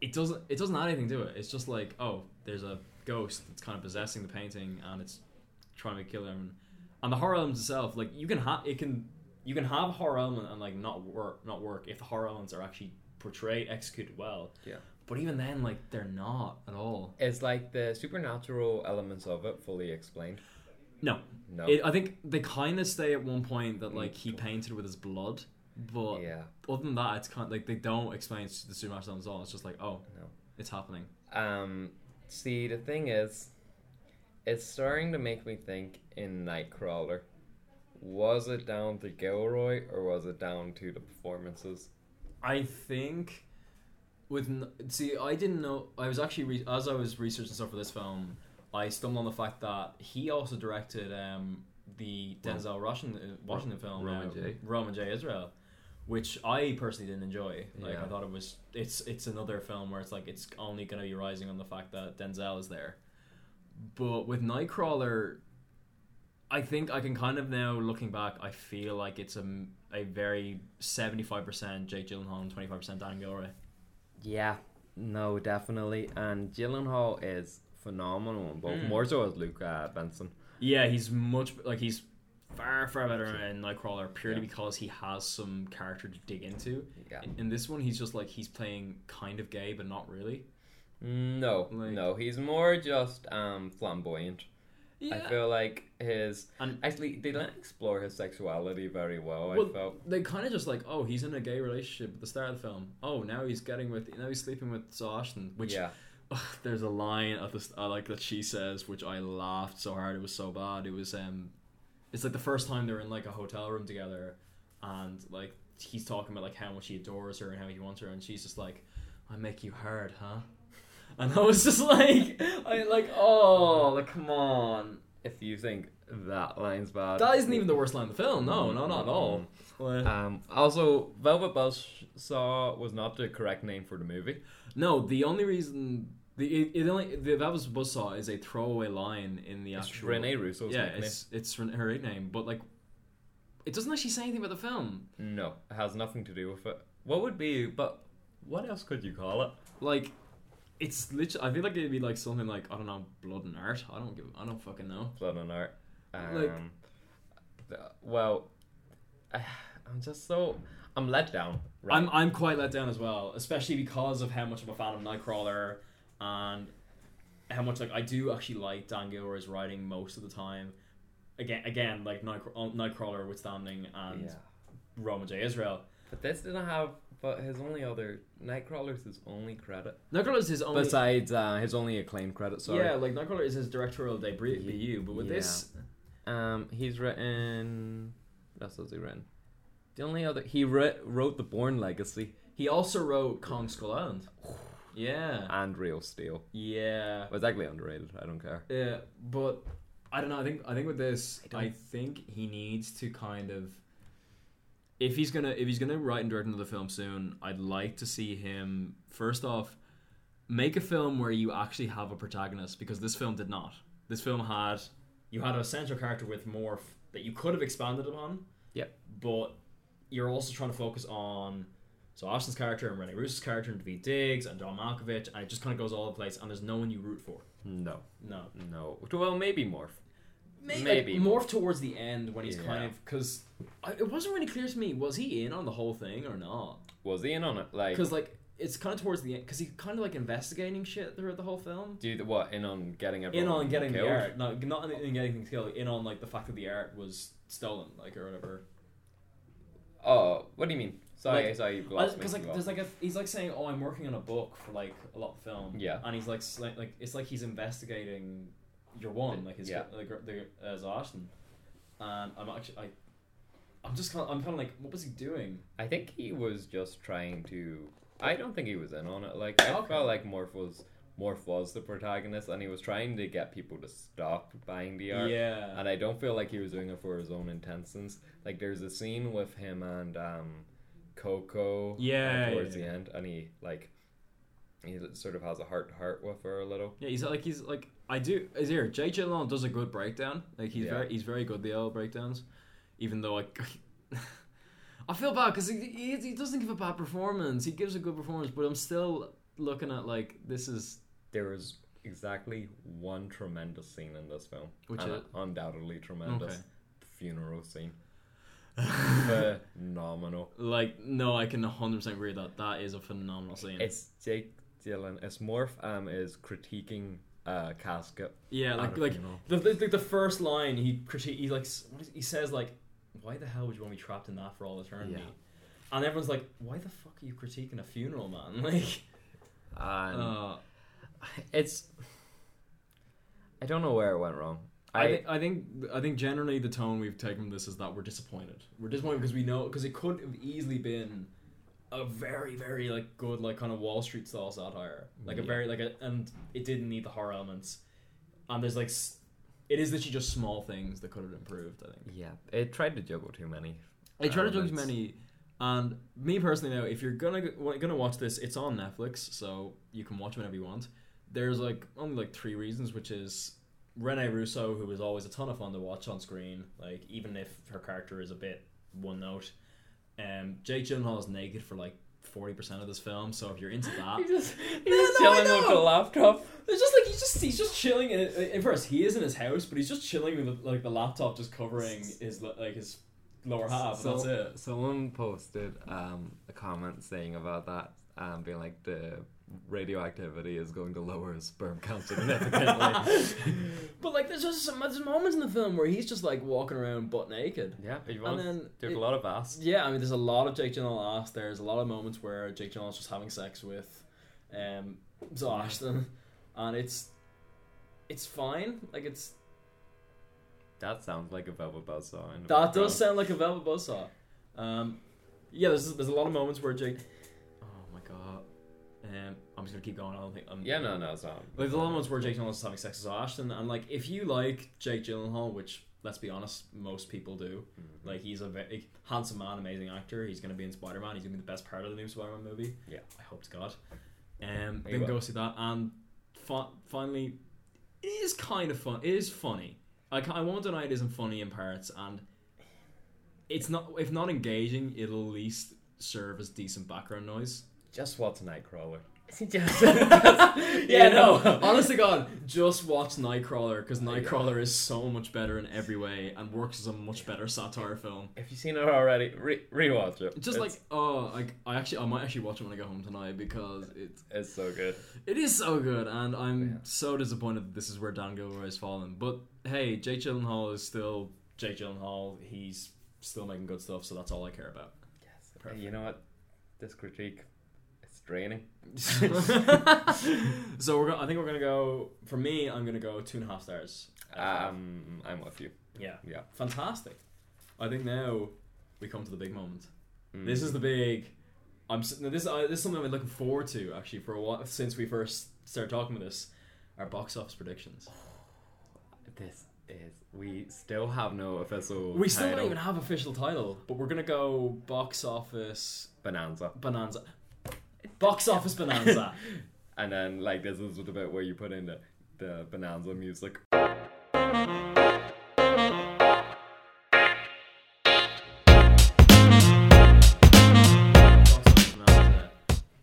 Speaker 2: it doesn't it doesn't add anything to it it's just like oh there's a ghost that's kind of possessing the painting and it's trying to kill everyone and the horror elements itself like you can have it can you can have a horror element and like not work not work if the horror elements are actually portrayed executed well
Speaker 1: Yeah.
Speaker 2: but even then like they're not at all
Speaker 1: It's like the supernatural elements of it fully explained.
Speaker 2: No.
Speaker 1: No. Mm.
Speaker 2: It, I think they kind of say at one point that like he painted with his blood, but
Speaker 1: Yeah.
Speaker 2: other than that, it's kind of, like they don't explain s- the Sumash at all. It's just like oh,
Speaker 1: No.
Speaker 2: it's happening.
Speaker 1: Um, see, the thing is, it's starting to make me think in Nightcrawler. Was it down to Gilroy or was it down to the performances?
Speaker 2: I think with n- see, I didn't know. I was actually re- as I was researching stuff for this film, I stumbled on the fact that he also directed um, the Denzel Washington, Washington film
Speaker 1: Roman
Speaker 2: uh,
Speaker 1: J.
Speaker 2: Roman J. Israel, which I personally didn't enjoy. Like
Speaker 1: Yeah.
Speaker 2: I thought it was it's it's another film where it's like it's only going to be rising on the fact that Denzel is there. But with Nightcrawler, I think I can kind of now looking back, I feel like it's a, a very seventy five percent Jake Gyllenhaal and twenty five percent Dan Gilroy.
Speaker 1: Yeah, no, definitely. And Gyllenhaal is phenomenal in both,
Speaker 2: Mm.
Speaker 1: more so as Luca Benson.
Speaker 2: Yeah, he's much like he's far far better in Nightcrawler purely because he has some character to dig into.
Speaker 1: Yeah.
Speaker 2: In this one, he's just like he's playing kind of gay but not really.
Speaker 1: No,
Speaker 2: Like-
Speaker 1: no, he's more just um flamboyant. I
Speaker 2: Yeah.
Speaker 1: feel like his
Speaker 2: And-
Speaker 1: actually they didn't explore his sexuality very well.
Speaker 2: Well,
Speaker 1: I felt
Speaker 2: they kind of just like, oh, he's in a gay relationship at the start of the film. Oh, now he's getting with, now he's sleeping with Saw Ashton. Which,
Speaker 1: Yeah.
Speaker 2: ugh, there's a line at this, I like that she says, which I laughed so hard. It was so bad. It was, um, it's like the first time they're in like a hotel room together, and like he's talking about like how much he adores her and how he wants her, and she's just like, I make you hard, huh? And I was just like, I like, oh, like come on.
Speaker 1: if you think that line's bad,
Speaker 2: That isn't even the worst line in the film. No, no, not at
Speaker 1: Mm.
Speaker 2: all.
Speaker 1: Um, also, Velvet Buzzsaw was not the correct name for the movie.
Speaker 2: No, the only reason the it, it only the, that was buzzsaw is a throwaway line in the
Speaker 1: It's
Speaker 2: actual
Speaker 1: Renee Russo's
Speaker 2: yeah,
Speaker 1: nickname.
Speaker 2: it's it's Ren- her nickname, but like it doesn't actually say anything about the film.
Speaker 1: No, it has nothing to do with it. What would be? But what else could you call it?
Speaker 2: Like it's literally, I feel like it'd be like something like I don't know, blood and art. I don't give, I don't fucking know.
Speaker 1: Blood and art. Um,
Speaker 2: Like-
Speaker 1: th- well, I, I'm just so I'm let down. Right.
Speaker 2: I'm I'm quite let down as well, especially because of how much of a fan of Nightcrawler and how much like I do actually like Dan Gilroy's writing most of the time. Again, again, like Night, Nightcrawler, withstanding, and
Speaker 1: Yeah.
Speaker 2: Roma J Israel.
Speaker 1: But this didn't have. But his only other Nightcrawler's his only credit.
Speaker 2: Nightcrawler's his only-
Speaker 1: Besides uh, his only acclaimed credit. Sorry.
Speaker 2: Yeah, like Nightcrawler is his directorial debut, but with
Speaker 1: Yeah.
Speaker 2: this,
Speaker 1: um, he's written. What else has he written? The only other he writ, wrote the Born Legacy
Speaker 2: he also wrote Kong Skull Island. Yeah.
Speaker 1: and Real Steel.
Speaker 2: Yeah.
Speaker 1: Well, it's actually underrated. I don't care.
Speaker 2: Yeah, but I don't know. I think I think with this, I,
Speaker 1: don't-
Speaker 2: think he needs to kind of if he's gonna if he's gonna write and direct another film soon, I'd like to see him first off make a film where you actually have a protagonist because this film did not. This film had you had a central character with more f- that you could have expanded upon.
Speaker 1: Yep.
Speaker 2: But you're also trying to focus on so Austin's character and Rene Russo's character and David Diggs and John Malkovich, and it just kind of goes all over the place, and there's no one you root for.
Speaker 1: No.
Speaker 2: No.
Speaker 1: No. Well, maybe Morph.
Speaker 2: Maybe,
Speaker 1: Maybe.
Speaker 2: morph towards the end when he's
Speaker 1: Yeah.
Speaker 2: kind of because it wasn't really clear to me was he in on the whole thing or not
Speaker 1: Was he in on it? Like,
Speaker 2: because like it's kind of towards the end because he's kind of like investigating shit throughout the whole film.
Speaker 1: do the, what in on getting everyone
Speaker 2: In on getting
Speaker 1: killed?
Speaker 2: the art, no, not in- in getting things killed. In on like the fact that the art was stolen, like or whatever.
Speaker 1: Oh, what do you mean? Sorry,
Speaker 2: Like-
Speaker 1: sorry, you lost me.
Speaker 2: Because like there's like a, he's like saying, "Oh, I'm working on a book for like a lot of film."
Speaker 1: Yeah.
Speaker 2: and he's like sli- like it's like he's investigating your one, like his
Speaker 1: Yeah.
Speaker 2: like the, as Austin. And I'm actually I, I'm just kind of, I'm kind of like, what was he doing?
Speaker 1: I think he was just trying to. I don't think he was in on it. Like
Speaker 2: Oh,
Speaker 1: I felt like Morph was Morph was the protagonist, and he was trying to get people to stop buying the art.
Speaker 2: Yeah.
Speaker 1: And I don't feel like he was doing it for his own intentions. Like there's a scene with him and um, Coco. uh,
Speaker 2: Yeah,
Speaker 1: Towards
Speaker 2: yeah,
Speaker 1: the end, and he like he sort of has a heart to heart with her a little.
Speaker 2: Yeah, he's like he's like I do. Is here J.J. Long does a good breakdown. Like he's
Speaker 1: Yeah.
Speaker 2: very he's very good at the old breakdowns, even though I. I feel bad because he, he he doesn't give a bad performance. He gives a good performance, but I'm still looking at like this is
Speaker 1: There was exactly one tremendous scene in this film,
Speaker 2: Which
Speaker 1: and
Speaker 2: is-
Speaker 1: undoubtedly tremendous.
Speaker 2: Okay.
Speaker 1: Funeral scene. Phenomenal.
Speaker 2: like no. I can 100 percent agree that that is a phenomenal scene.
Speaker 1: It's Jake Dylan. It's Morph um is critiquing uh casket.
Speaker 2: Yeah,
Speaker 1: at
Speaker 2: like
Speaker 1: a
Speaker 2: like
Speaker 1: funeral.
Speaker 2: the, the, the, the first line he critique he like s- what is, he says like why the hell would you want to be trapped in that for all eternity?
Speaker 1: Yeah.
Speaker 2: And everyone's like, why the fuck are you critiquing a funeral, man? Like,
Speaker 1: And
Speaker 2: uh,
Speaker 1: it's I don't know where it went wrong.
Speaker 2: I, thi- I think I think generally the tone we've taken from this is that we're disappointed. We're disappointed because we know because it could have easily been a very very like good like kind of Wall Street style satire, like a
Speaker 1: Yeah.
Speaker 2: very like a and it didn't need the horror elements. And there's like s- it is literally just small things that could have improved. I think.
Speaker 1: yeah, it tried to juggle too many.
Speaker 2: I try to judge
Speaker 1: elements.
Speaker 2: many, and me personally now, if you're gonna w- gonna watch this, it's on Netflix, so you can watch whenever you want. There's like only like three reasons, which is Rene Russo, who is always a ton of fun to watch on screen, like even if her character is a bit one note. Um, Jake Gyllenhaal is naked for like forty percent of this film, so if you're into that,
Speaker 1: He just, he
Speaker 2: No,
Speaker 1: just
Speaker 2: no, I
Speaker 1: chilling with the
Speaker 2: know.
Speaker 1: laptop.
Speaker 2: It's just like he's just he's just chilling. In, in first, he is in his house, but he's just chilling with like the laptop just covering his like his lower half. and that's it.
Speaker 1: Someone posted um a comment saying about that um being like the radioactivity is going to lower his sperm count significantly.
Speaker 2: But like, there's just some there's moments in the film where he's just like walking around butt naked.
Speaker 1: yeah, but you
Speaker 2: And
Speaker 1: want
Speaker 2: then
Speaker 1: there's
Speaker 2: it-
Speaker 1: a lot of ass.
Speaker 2: Yeah, I mean, there's a lot of Jake Gyllenhaal ass. There's a lot of moments where Jake Gyllenhaal's just having sex with, um, Zoe Ashton, and it's, it's fine. Like it's
Speaker 1: That sounds like a velvet buzzsaw. in the
Speaker 2: that
Speaker 1: background.
Speaker 2: does sound like a Velvet Buzzsaw. Um, yeah, there's there's a lot of moments where Jake. Oh my god. Um, I'm just gonna keep going. I don't think. um, I'm,
Speaker 1: Yeah, no, no, it's not.
Speaker 2: Like the long ones where Jake Gyllenhaal's having sex with Zoe Ashton, and like if you like Jake Gyllenhaal, which let's be honest, most people do, like he's a very handsome man, amazing actor. He's gonna be in Spider Man. He's gonna be the best part of the new Spider Man movie.
Speaker 1: Yeah.
Speaker 2: I hope to God. Um,
Speaker 1: He
Speaker 2: then
Speaker 1: will.
Speaker 2: go see that, and fi- finally, it is kind of fun. It is funny. I ca- I won't deny it isn't funny in parts, and it's not if not engaging, it'll at least serve as decent background noise.
Speaker 1: Just what's Nightcrawler?
Speaker 2: yeah, no. Honest to God, just watch Nightcrawler because Nightcrawler is so much better in every way and works as a much better satire film.
Speaker 1: If you've seen it already, re- rewatch it.
Speaker 2: Just like oh, like I actually I might actually watch it when I go home tonight because it's
Speaker 1: it's so good.
Speaker 2: It is so good, and I'm so disappointed that this is where Dan Gilroy has fallen. But hey, Jake Gyllenhaal is still Jake Gyllenhaal. He's still making good stuff, so that's all I care about.
Speaker 1: Yes. Hey, you know what? This critique, it's draining.
Speaker 2: so we're. Go- I think we're gonna go. For me, I'm gonna go two and a half stars.
Speaker 1: Um, I'm with you.
Speaker 2: Yeah.
Speaker 1: Yeah.
Speaker 2: Fantastic. I think now we come to the big moment. This is the big. I'm s- now this. I this is something I've been looking forward to actually for a while since we first started talking about this. Our box office predictions.
Speaker 1: This is. We still have no official.
Speaker 2: We still don't
Speaker 1: title.
Speaker 2: even have official title, but we're gonna go box office
Speaker 1: Bonanza.
Speaker 2: bonanza. Box office bonanza.
Speaker 1: And then like this is the bit where you put in the the Bonanza music.
Speaker 2: Box office bonanza.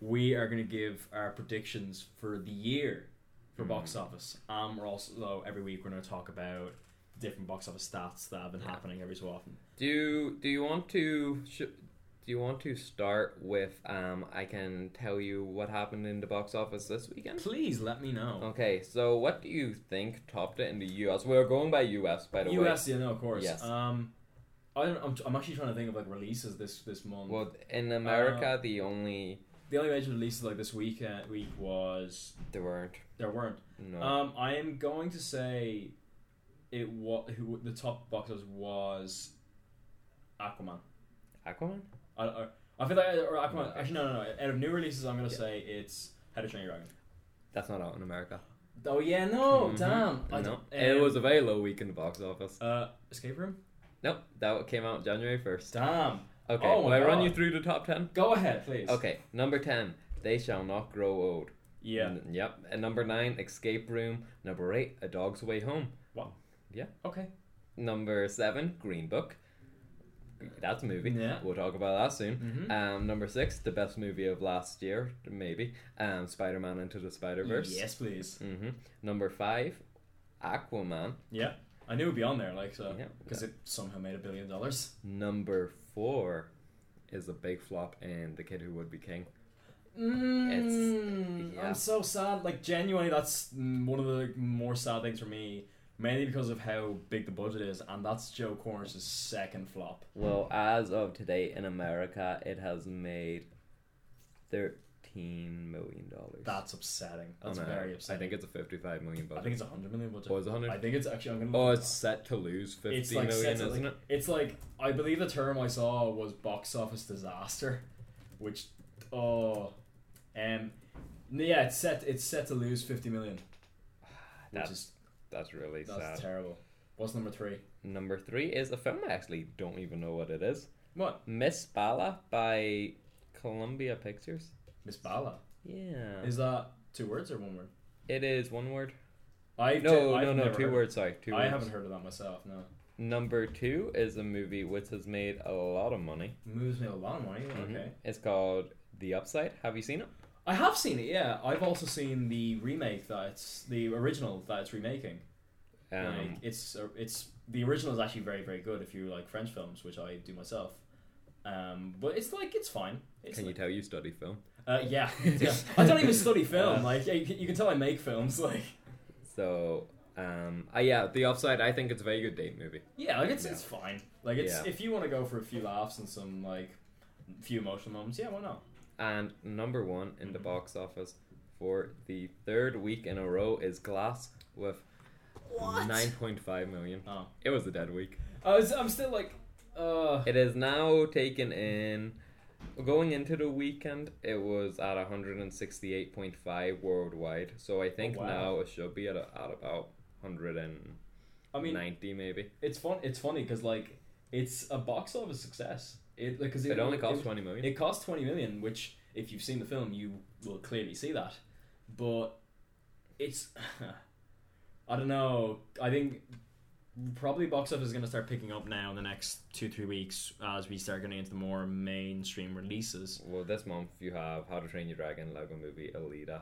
Speaker 2: We are gonna give our predictions for the year for
Speaker 1: Hmm.
Speaker 2: box office. Um, we're also though, every week we're gonna talk about different box office stats that have been happening every so often.
Speaker 1: Do do you want to sh- do you want to start with um I can tell you what happened in the box office this weekend?
Speaker 2: Please let me know.
Speaker 1: Okay, so what do you think topped it in the US? We're going by US by the way.
Speaker 2: US, yeah, no, of course.
Speaker 1: Oh, Yes.
Speaker 2: Um, I don't, I'm, I'm actually trying to think of like releases this this month.
Speaker 1: Well, in
Speaker 2: Uh.
Speaker 1: America the only
Speaker 2: the only major releases like this week uh, week was
Speaker 1: there weren't.
Speaker 2: there weren't.
Speaker 1: No.
Speaker 2: Um, I am going to say it what who the top box office was Aquaman.
Speaker 1: Aquaman?
Speaker 2: I, I, I feel like or Aquaman. Actually, no, no, no. Out of new releases, I'm gonna say it's How to Train Your Dragon.
Speaker 1: That's not out in America.
Speaker 2: Oh yeah, no, damn. I
Speaker 1: Mm-hmm. no.
Speaker 2: don't-
Speaker 1: it
Speaker 2: um,
Speaker 1: was a very low week in the box office.
Speaker 2: uh, Escape Room.
Speaker 1: nope, that came out January 1st.
Speaker 2: Damn.
Speaker 1: Okay,
Speaker 2: Oh
Speaker 1: will
Speaker 2: my
Speaker 1: I run you
Speaker 2: God.
Speaker 1: through the top 10?
Speaker 2: Go ahead, please.
Speaker 1: Okay, number 10, They Shall Not Grow Old.
Speaker 2: Yeah.
Speaker 1: N- yep. And number 9, Escape Room. Number 8, A Dog's Way Home.
Speaker 2: Wow.
Speaker 1: Yeah.
Speaker 2: Okay.
Speaker 1: Number 7, Green Book. That's a movie.
Speaker 2: Yeah.
Speaker 1: We'll talk about that soon.
Speaker 2: Mhm.
Speaker 1: Um, number 6, the best movie of last year, maybe. Um, Spider Man Into the Spider Verse.
Speaker 2: Yes, please.
Speaker 1: hmm Number 5, Aquaman.
Speaker 2: Yeah, I knew it'd be on there, like so,
Speaker 1: Yeah.
Speaker 2: because it somehow made a billion dollars.
Speaker 1: Number 4 is a big flop in The Kid Who Would Be King.
Speaker 2: Mm,
Speaker 1: yeah.
Speaker 2: I'm so sad. Like genuinely, that's mm, one of the more sad things for me, mainly because of how big the budget is, and that's Joe Cornish's second flop.
Speaker 1: Well, as of today in America, it has made thirteen million dollars.
Speaker 2: That's upsetting. That's very
Speaker 1: Oh, I
Speaker 2: upsetting.
Speaker 1: think it's a fifty-five million
Speaker 2: I
Speaker 1: budget.
Speaker 2: think it's a hundred million budget.
Speaker 1: Oh, is it 100?
Speaker 2: I think it's actually. I'm gonna.
Speaker 1: oh,
Speaker 2: look it
Speaker 1: it's set to lose
Speaker 2: up.
Speaker 1: fifty
Speaker 2: it's like
Speaker 1: million,
Speaker 2: sets it,
Speaker 1: isn't
Speaker 2: like-
Speaker 1: it?
Speaker 2: It's like I believe the term I saw was box office disaster, which oh, um, yeah, it's set. It's set to lose fifty million.
Speaker 1: That's
Speaker 2: which is
Speaker 1: that's really
Speaker 2: That's
Speaker 1: sad.
Speaker 2: terrible. What's number three?
Speaker 1: Number three is a film I actually don't even know what it is.
Speaker 2: What?
Speaker 1: Miss Bala by Columbia Pictures.
Speaker 2: Miss Bala.
Speaker 1: Yeah,
Speaker 2: Is that two words or one word?
Speaker 1: it is one word.
Speaker 2: I
Speaker 1: No, no, no, two words. Sorry, two
Speaker 2: I
Speaker 1: words.
Speaker 2: haven't heard of that myself. No,
Speaker 1: Number two is a movie which has made a lot of money.
Speaker 2: moves me a lot of money.
Speaker 1: Mhm.
Speaker 2: Okay,
Speaker 1: It's called The Upside. Have you seen it?
Speaker 2: I have seen it. Yeah, I've also seen the remake that it's the original that it's remaking.
Speaker 1: Um,
Speaker 2: like it's it's the original is actually very very good if you like French films, which I do myself. Um, but it's like it's fine. It's
Speaker 1: can you
Speaker 2: like-
Speaker 1: tell you study film?
Speaker 2: Uh, yeah, yeah. I don't even study film. Like yeah, you, can- you can tell I make films. Like
Speaker 1: So, um, uh, yeah, The Offside, I think it's a very good date movie.
Speaker 2: yeah, like it's it's fine. Like it's
Speaker 1: Yeah.
Speaker 2: if you want to go for a few laughs and some like few emotional moments, yeah, why not?
Speaker 1: And number one in the box office for the third week in a row is Glass with 9.5 million.
Speaker 2: Oh.
Speaker 1: It was a dead week.
Speaker 2: I was, I'm still like, uh,
Speaker 1: It is now taken in. Going into the weekend, it was at 168.5 worldwide. So I think
Speaker 2: wow.
Speaker 1: now it should be at, a, at about 190
Speaker 2: I mean,
Speaker 1: maybe.
Speaker 2: it's fun. It's funny because like it's a box office success. It because
Speaker 1: It only cost 20 million.
Speaker 2: It cost twenty million, which if you've seen the film, you will clearly see that. But it's, I don't know. I think probably box office is going to start picking up now in the next two three weeks as we start getting into the more mainstream releases.
Speaker 1: Well, this month you have How to Train Your Dragon, Lego Movie, Alita.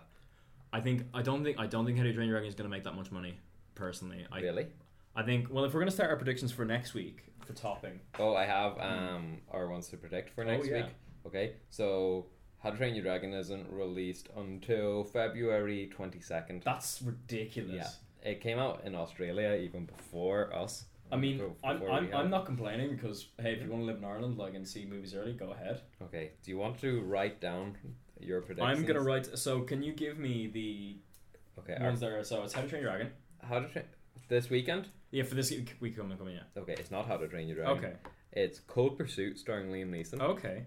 Speaker 2: I think I don't think I don't think How to Train Your Dragon is going to make that much money. Personally, I,
Speaker 1: really.
Speaker 2: I think well, if we're going to start our predictions for next week for topping.
Speaker 1: Oh, I have um our ones to predict for next
Speaker 2: Hmm. Oh, yeah.
Speaker 1: week. Okay, so How to Train Your Dragon isn't released until February twenty second.
Speaker 2: That's ridiculous.
Speaker 1: Yeah, it came out in Australia even before us.
Speaker 2: I mean,
Speaker 1: Before
Speaker 2: I'm,
Speaker 1: we
Speaker 2: I'm,
Speaker 1: had
Speaker 2: I'm
Speaker 1: it.
Speaker 2: not complaining because hey, if you want to live in Ireland, like and see movies early, go ahead.
Speaker 1: Okay, do you want to write down your predictions?
Speaker 2: I'm gonna write. So can you give me the
Speaker 1: Okay,
Speaker 2: ones that are so it's How to Train Your Dragon.
Speaker 1: How to Train this weekend?
Speaker 2: Yeah, for this week coming coming. Yeah.
Speaker 1: Okay, it's not How to Train Your Dragon.
Speaker 2: Okay. Oh.
Speaker 1: It's Cold Pursuit starring Liam Neeson.
Speaker 2: Okay.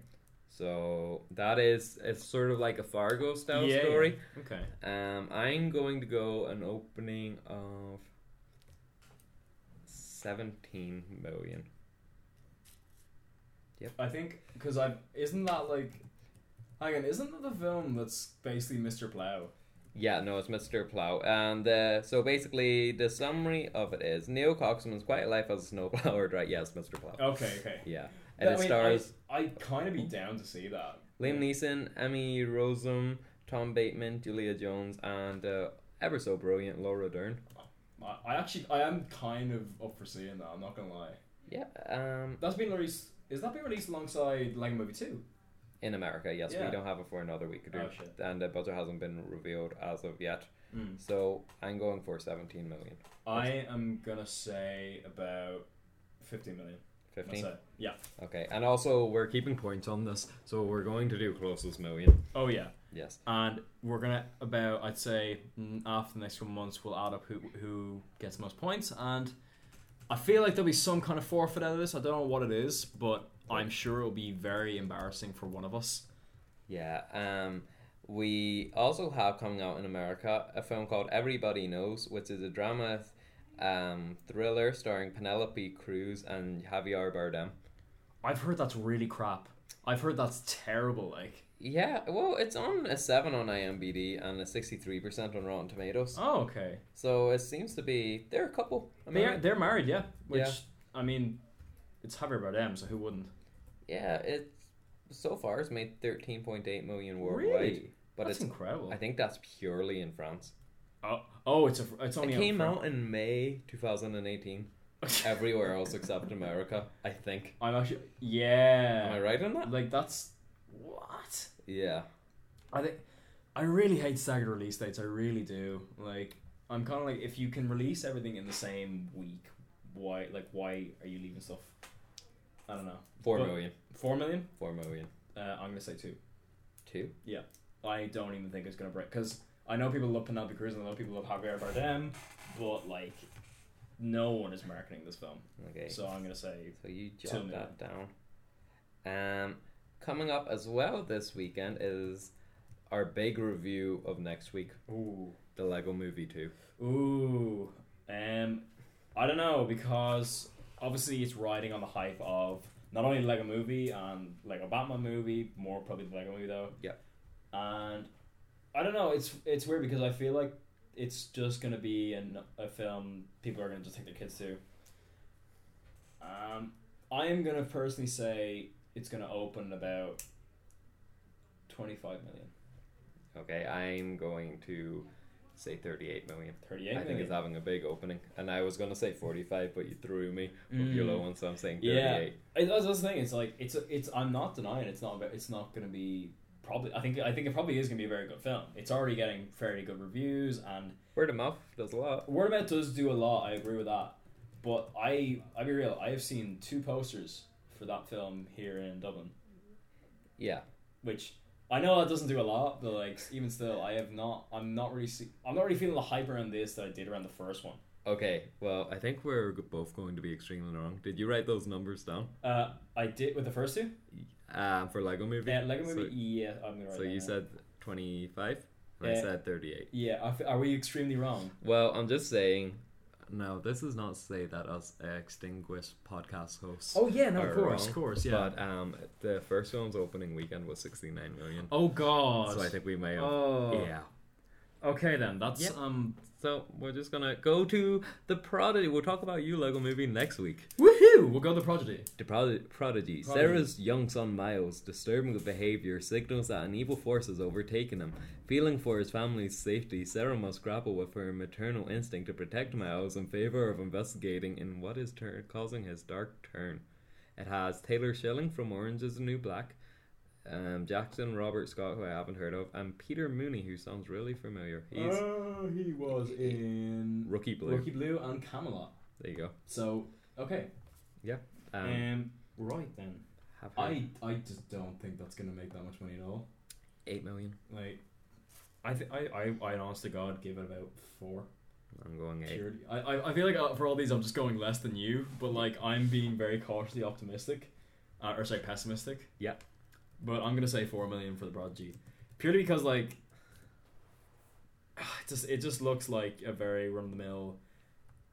Speaker 1: So that is it's sort of like a Fargo style
Speaker 2: Yeah, yeah.
Speaker 1: story.
Speaker 2: Okay.
Speaker 1: Um, I'm going to go an opening of seventeen million. Yep.
Speaker 2: I think because I isn't that like, hang on, isn't that the film that's basically Mr. Plow?
Speaker 1: Yeah, no, it's Mr. Plow. And uh, so basically, the summary of it is Neil Coxman's quiet life as a snowblower, right? Yes, Mr. Plow.
Speaker 2: Okay, okay.
Speaker 1: Yeah. And
Speaker 2: Oh. I
Speaker 1: it
Speaker 2: mean,
Speaker 1: stars
Speaker 2: I, I'd kind of be down to see that.
Speaker 1: Liam Neeson, Emmy Rossum, Tom Bateman, Julia Jones, and uh, ever so brilliant Laura Dern.
Speaker 2: I, I actually, I am kind of up for seeing that. I'm not gonna lie.
Speaker 1: Yeah. Um,
Speaker 2: That's been released. Is that being released alongside Lego Movie Two?
Speaker 1: in America, yes,
Speaker 2: Yeah.
Speaker 1: we don't have it for another week or two.
Speaker 2: Oh, shit.
Speaker 1: and the budget hasn't been revealed as of yet.
Speaker 2: Mm.
Speaker 1: So I'm going for 17 million.
Speaker 2: I am gonna say about fifteen million.
Speaker 1: 15?
Speaker 2: That's it. Yeah.
Speaker 1: Okay, and also we're keeping points on this, so we're going to do closest million.
Speaker 2: Oh yeah.
Speaker 1: Yes.
Speaker 2: And we're gonna about I'd say mm, after the next couple months we'll add up who who gets the most points and I feel like there'll be some kind of forfeit out of this. I don't know what it is, but I'm sure it'll be very embarrassing for one of us.
Speaker 1: Yeah. Um, we also have coming out in America a film called Everybody Knows, which is a drama um, thriller starring Penelope Cruz and Javier Bardem.
Speaker 2: I've heard that's really crap. I've heard that's terrible. Like,
Speaker 1: Yeah, well, it's on a 7 on IMDb and a 63% on Rotten Tomatoes.
Speaker 2: oh okay,
Speaker 1: So it seems to be. They're a couple. am I
Speaker 2: they are,
Speaker 1: right?
Speaker 2: they're married, yeah. Which
Speaker 1: Yeah.
Speaker 2: I mean, it's Javier Bardem, so who wouldn't?
Speaker 1: Yeah, it's so far it's made thirteen point eight million worldwide.
Speaker 2: Really?
Speaker 1: But
Speaker 2: That's
Speaker 1: it's
Speaker 2: incredible.
Speaker 1: I think that's purely in France.
Speaker 2: Oh, oh, it's a it's only
Speaker 1: it
Speaker 2: out in
Speaker 1: came
Speaker 2: France.
Speaker 1: out in May two thousand and eighteen. Everywhere else except America, I think.
Speaker 2: I'm actually yeah.
Speaker 1: Am I right on that?
Speaker 2: Like that's what
Speaker 1: Yeah.
Speaker 2: I think. I really hate staggered release dates. I really do. Like I'm kind of like if you can release everything in the same week, why like why are you leaving stuff? I don't know.
Speaker 1: Four
Speaker 2: Four
Speaker 1: million.
Speaker 2: million. Four million.
Speaker 1: Four million.
Speaker 2: Uh, I'm gonna say two.
Speaker 1: Two?
Speaker 2: Yeah, I don't even think it's gonna break because I know people love Penelope Cruz and I know people love Javier Bardem, but like no one is marketing this film.
Speaker 1: Okay.
Speaker 2: So I'm gonna say
Speaker 1: So you
Speaker 2: two
Speaker 1: jot
Speaker 2: million.
Speaker 1: that down. Um coming up as well this weekend is our big review of next week.
Speaker 2: Ooh.
Speaker 1: The Lego movie two.
Speaker 2: Ooh, um, I don't know because obviously it's riding on the hype of not only Lego Movie and Lego Batman movie, more probably the Lego Movie though.
Speaker 1: Yeah.
Speaker 2: And I don't know. It's it's weird because I feel like it's just gonna be an, a film people are gonna just take their kids to. Um, I am gonna personally say it's gonna open about twenty five million.
Speaker 1: Okay, I'm going to say 38 million.
Speaker 2: 38
Speaker 1: I think it's
Speaker 2: million.
Speaker 1: having a big opening. And I was going to say 45, but you threw me with your
Speaker 2: Mm.
Speaker 1: low one, so I'm saying 38.
Speaker 2: Yeah, it, that's, that's the thing. It's like it's it's. I'm not denying it's not. It's not going to be probably. I think I think it probably is going to be a very good film. It's already getting fairly good reviews, and
Speaker 1: Word of mouth does a lot.
Speaker 2: word of mouth does do a lot. I agree with that. But I I be real. I have seen two posters for that film here in Dublin,
Speaker 1: Yeah.
Speaker 2: which I know that doesn't do a lot, but like even still, I have not. I'm not really. See, I'm not really feeling the hype around this that I did around the first one.
Speaker 1: Okay, well, I think we're g- both going to be extremely wrong. Did you write those numbers down
Speaker 2: Uh, I did with the first two.
Speaker 1: um, for Lego Movie?
Speaker 2: Yeah, Lego
Speaker 1: So-
Speaker 2: movie. yeah, I'm gonna. Write
Speaker 1: So,
Speaker 2: that
Speaker 1: you
Speaker 2: down.
Speaker 1: said 25, and I
Speaker 2: Uh,
Speaker 1: said 38.
Speaker 2: Yeah, I f- are we extremely wrong?
Speaker 1: Well, I'm just saying. No, this is not say that us extinguished podcast hosts.
Speaker 2: Oh, yeah, no, of
Speaker 1: are
Speaker 2: course,
Speaker 1: wrong,
Speaker 2: of course, yeah.
Speaker 1: But um, the first film's opening weekend was 69 million.
Speaker 2: Oh God!
Speaker 1: So I think we may have.
Speaker 2: Oh.
Speaker 1: Yeah. Okay, then that's
Speaker 2: Yep.
Speaker 1: um. So we're just gonna go to the prodigy. We'll talk about you Lego movie next week.
Speaker 2: Woohoo! We'll go the prodigy.
Speaker 1: The prod- prodigy.
Speaker 2: Prodigy.
Speaker 1: Sarah's young son Miles' disturbing behavior signals that an evil force has overtaken him. Feeling for his family's safety, Sarah must grapple with her maternal instinct to protect Miles in favor of investigating in what is tur causing his dark turn. It has Taylor Schilling from Orange is the New Black, um, Jackson Robert Scott, who I haven't heard of, and Peter Mooney, who sounds really familiar. He's
Speaker 2: Uh, he was in
Speaker 1: Rookie Blue.
Speaker 2: Rookie Blue and Camelot.
Speaker 1: There you go.
Speaker 2: So okay,
Speaker 1: Yeah. Um,
Speaker 2: um, right then.
Speaker 1: Have
Speaker 2: I I just don't think that's gonna make that much money at all.
Speaker 1: Eight million.
Speaker 2: Like, I th- I I I honest to God give it about four.
Speaker 1: I'm going eight.
Speaker 2: Purely. I, I I feel like uh, for all these I'm just going less than you, but like I'm being very cautiously optimistic, uh, or sorry pessimistic.
Speaker 1: Yeah.
Speaker 2: But I'm gonna say four million for the prodigy, purely because like, it just it just looks like a very run of the mill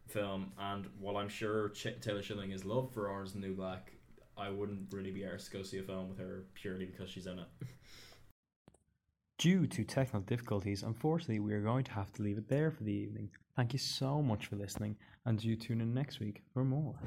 Speaker 2: film, and while I'm sure Ch- Taylor Schilling is loved for Orange is the New Black, I wouldn't really be arsed to go see a film with her purely because she's in it.
Speaker 11: Due to technical difficulties, unfortunately, we are going to have to leave it there for the evening. Thank you so much for listening, and you tune in next week for more.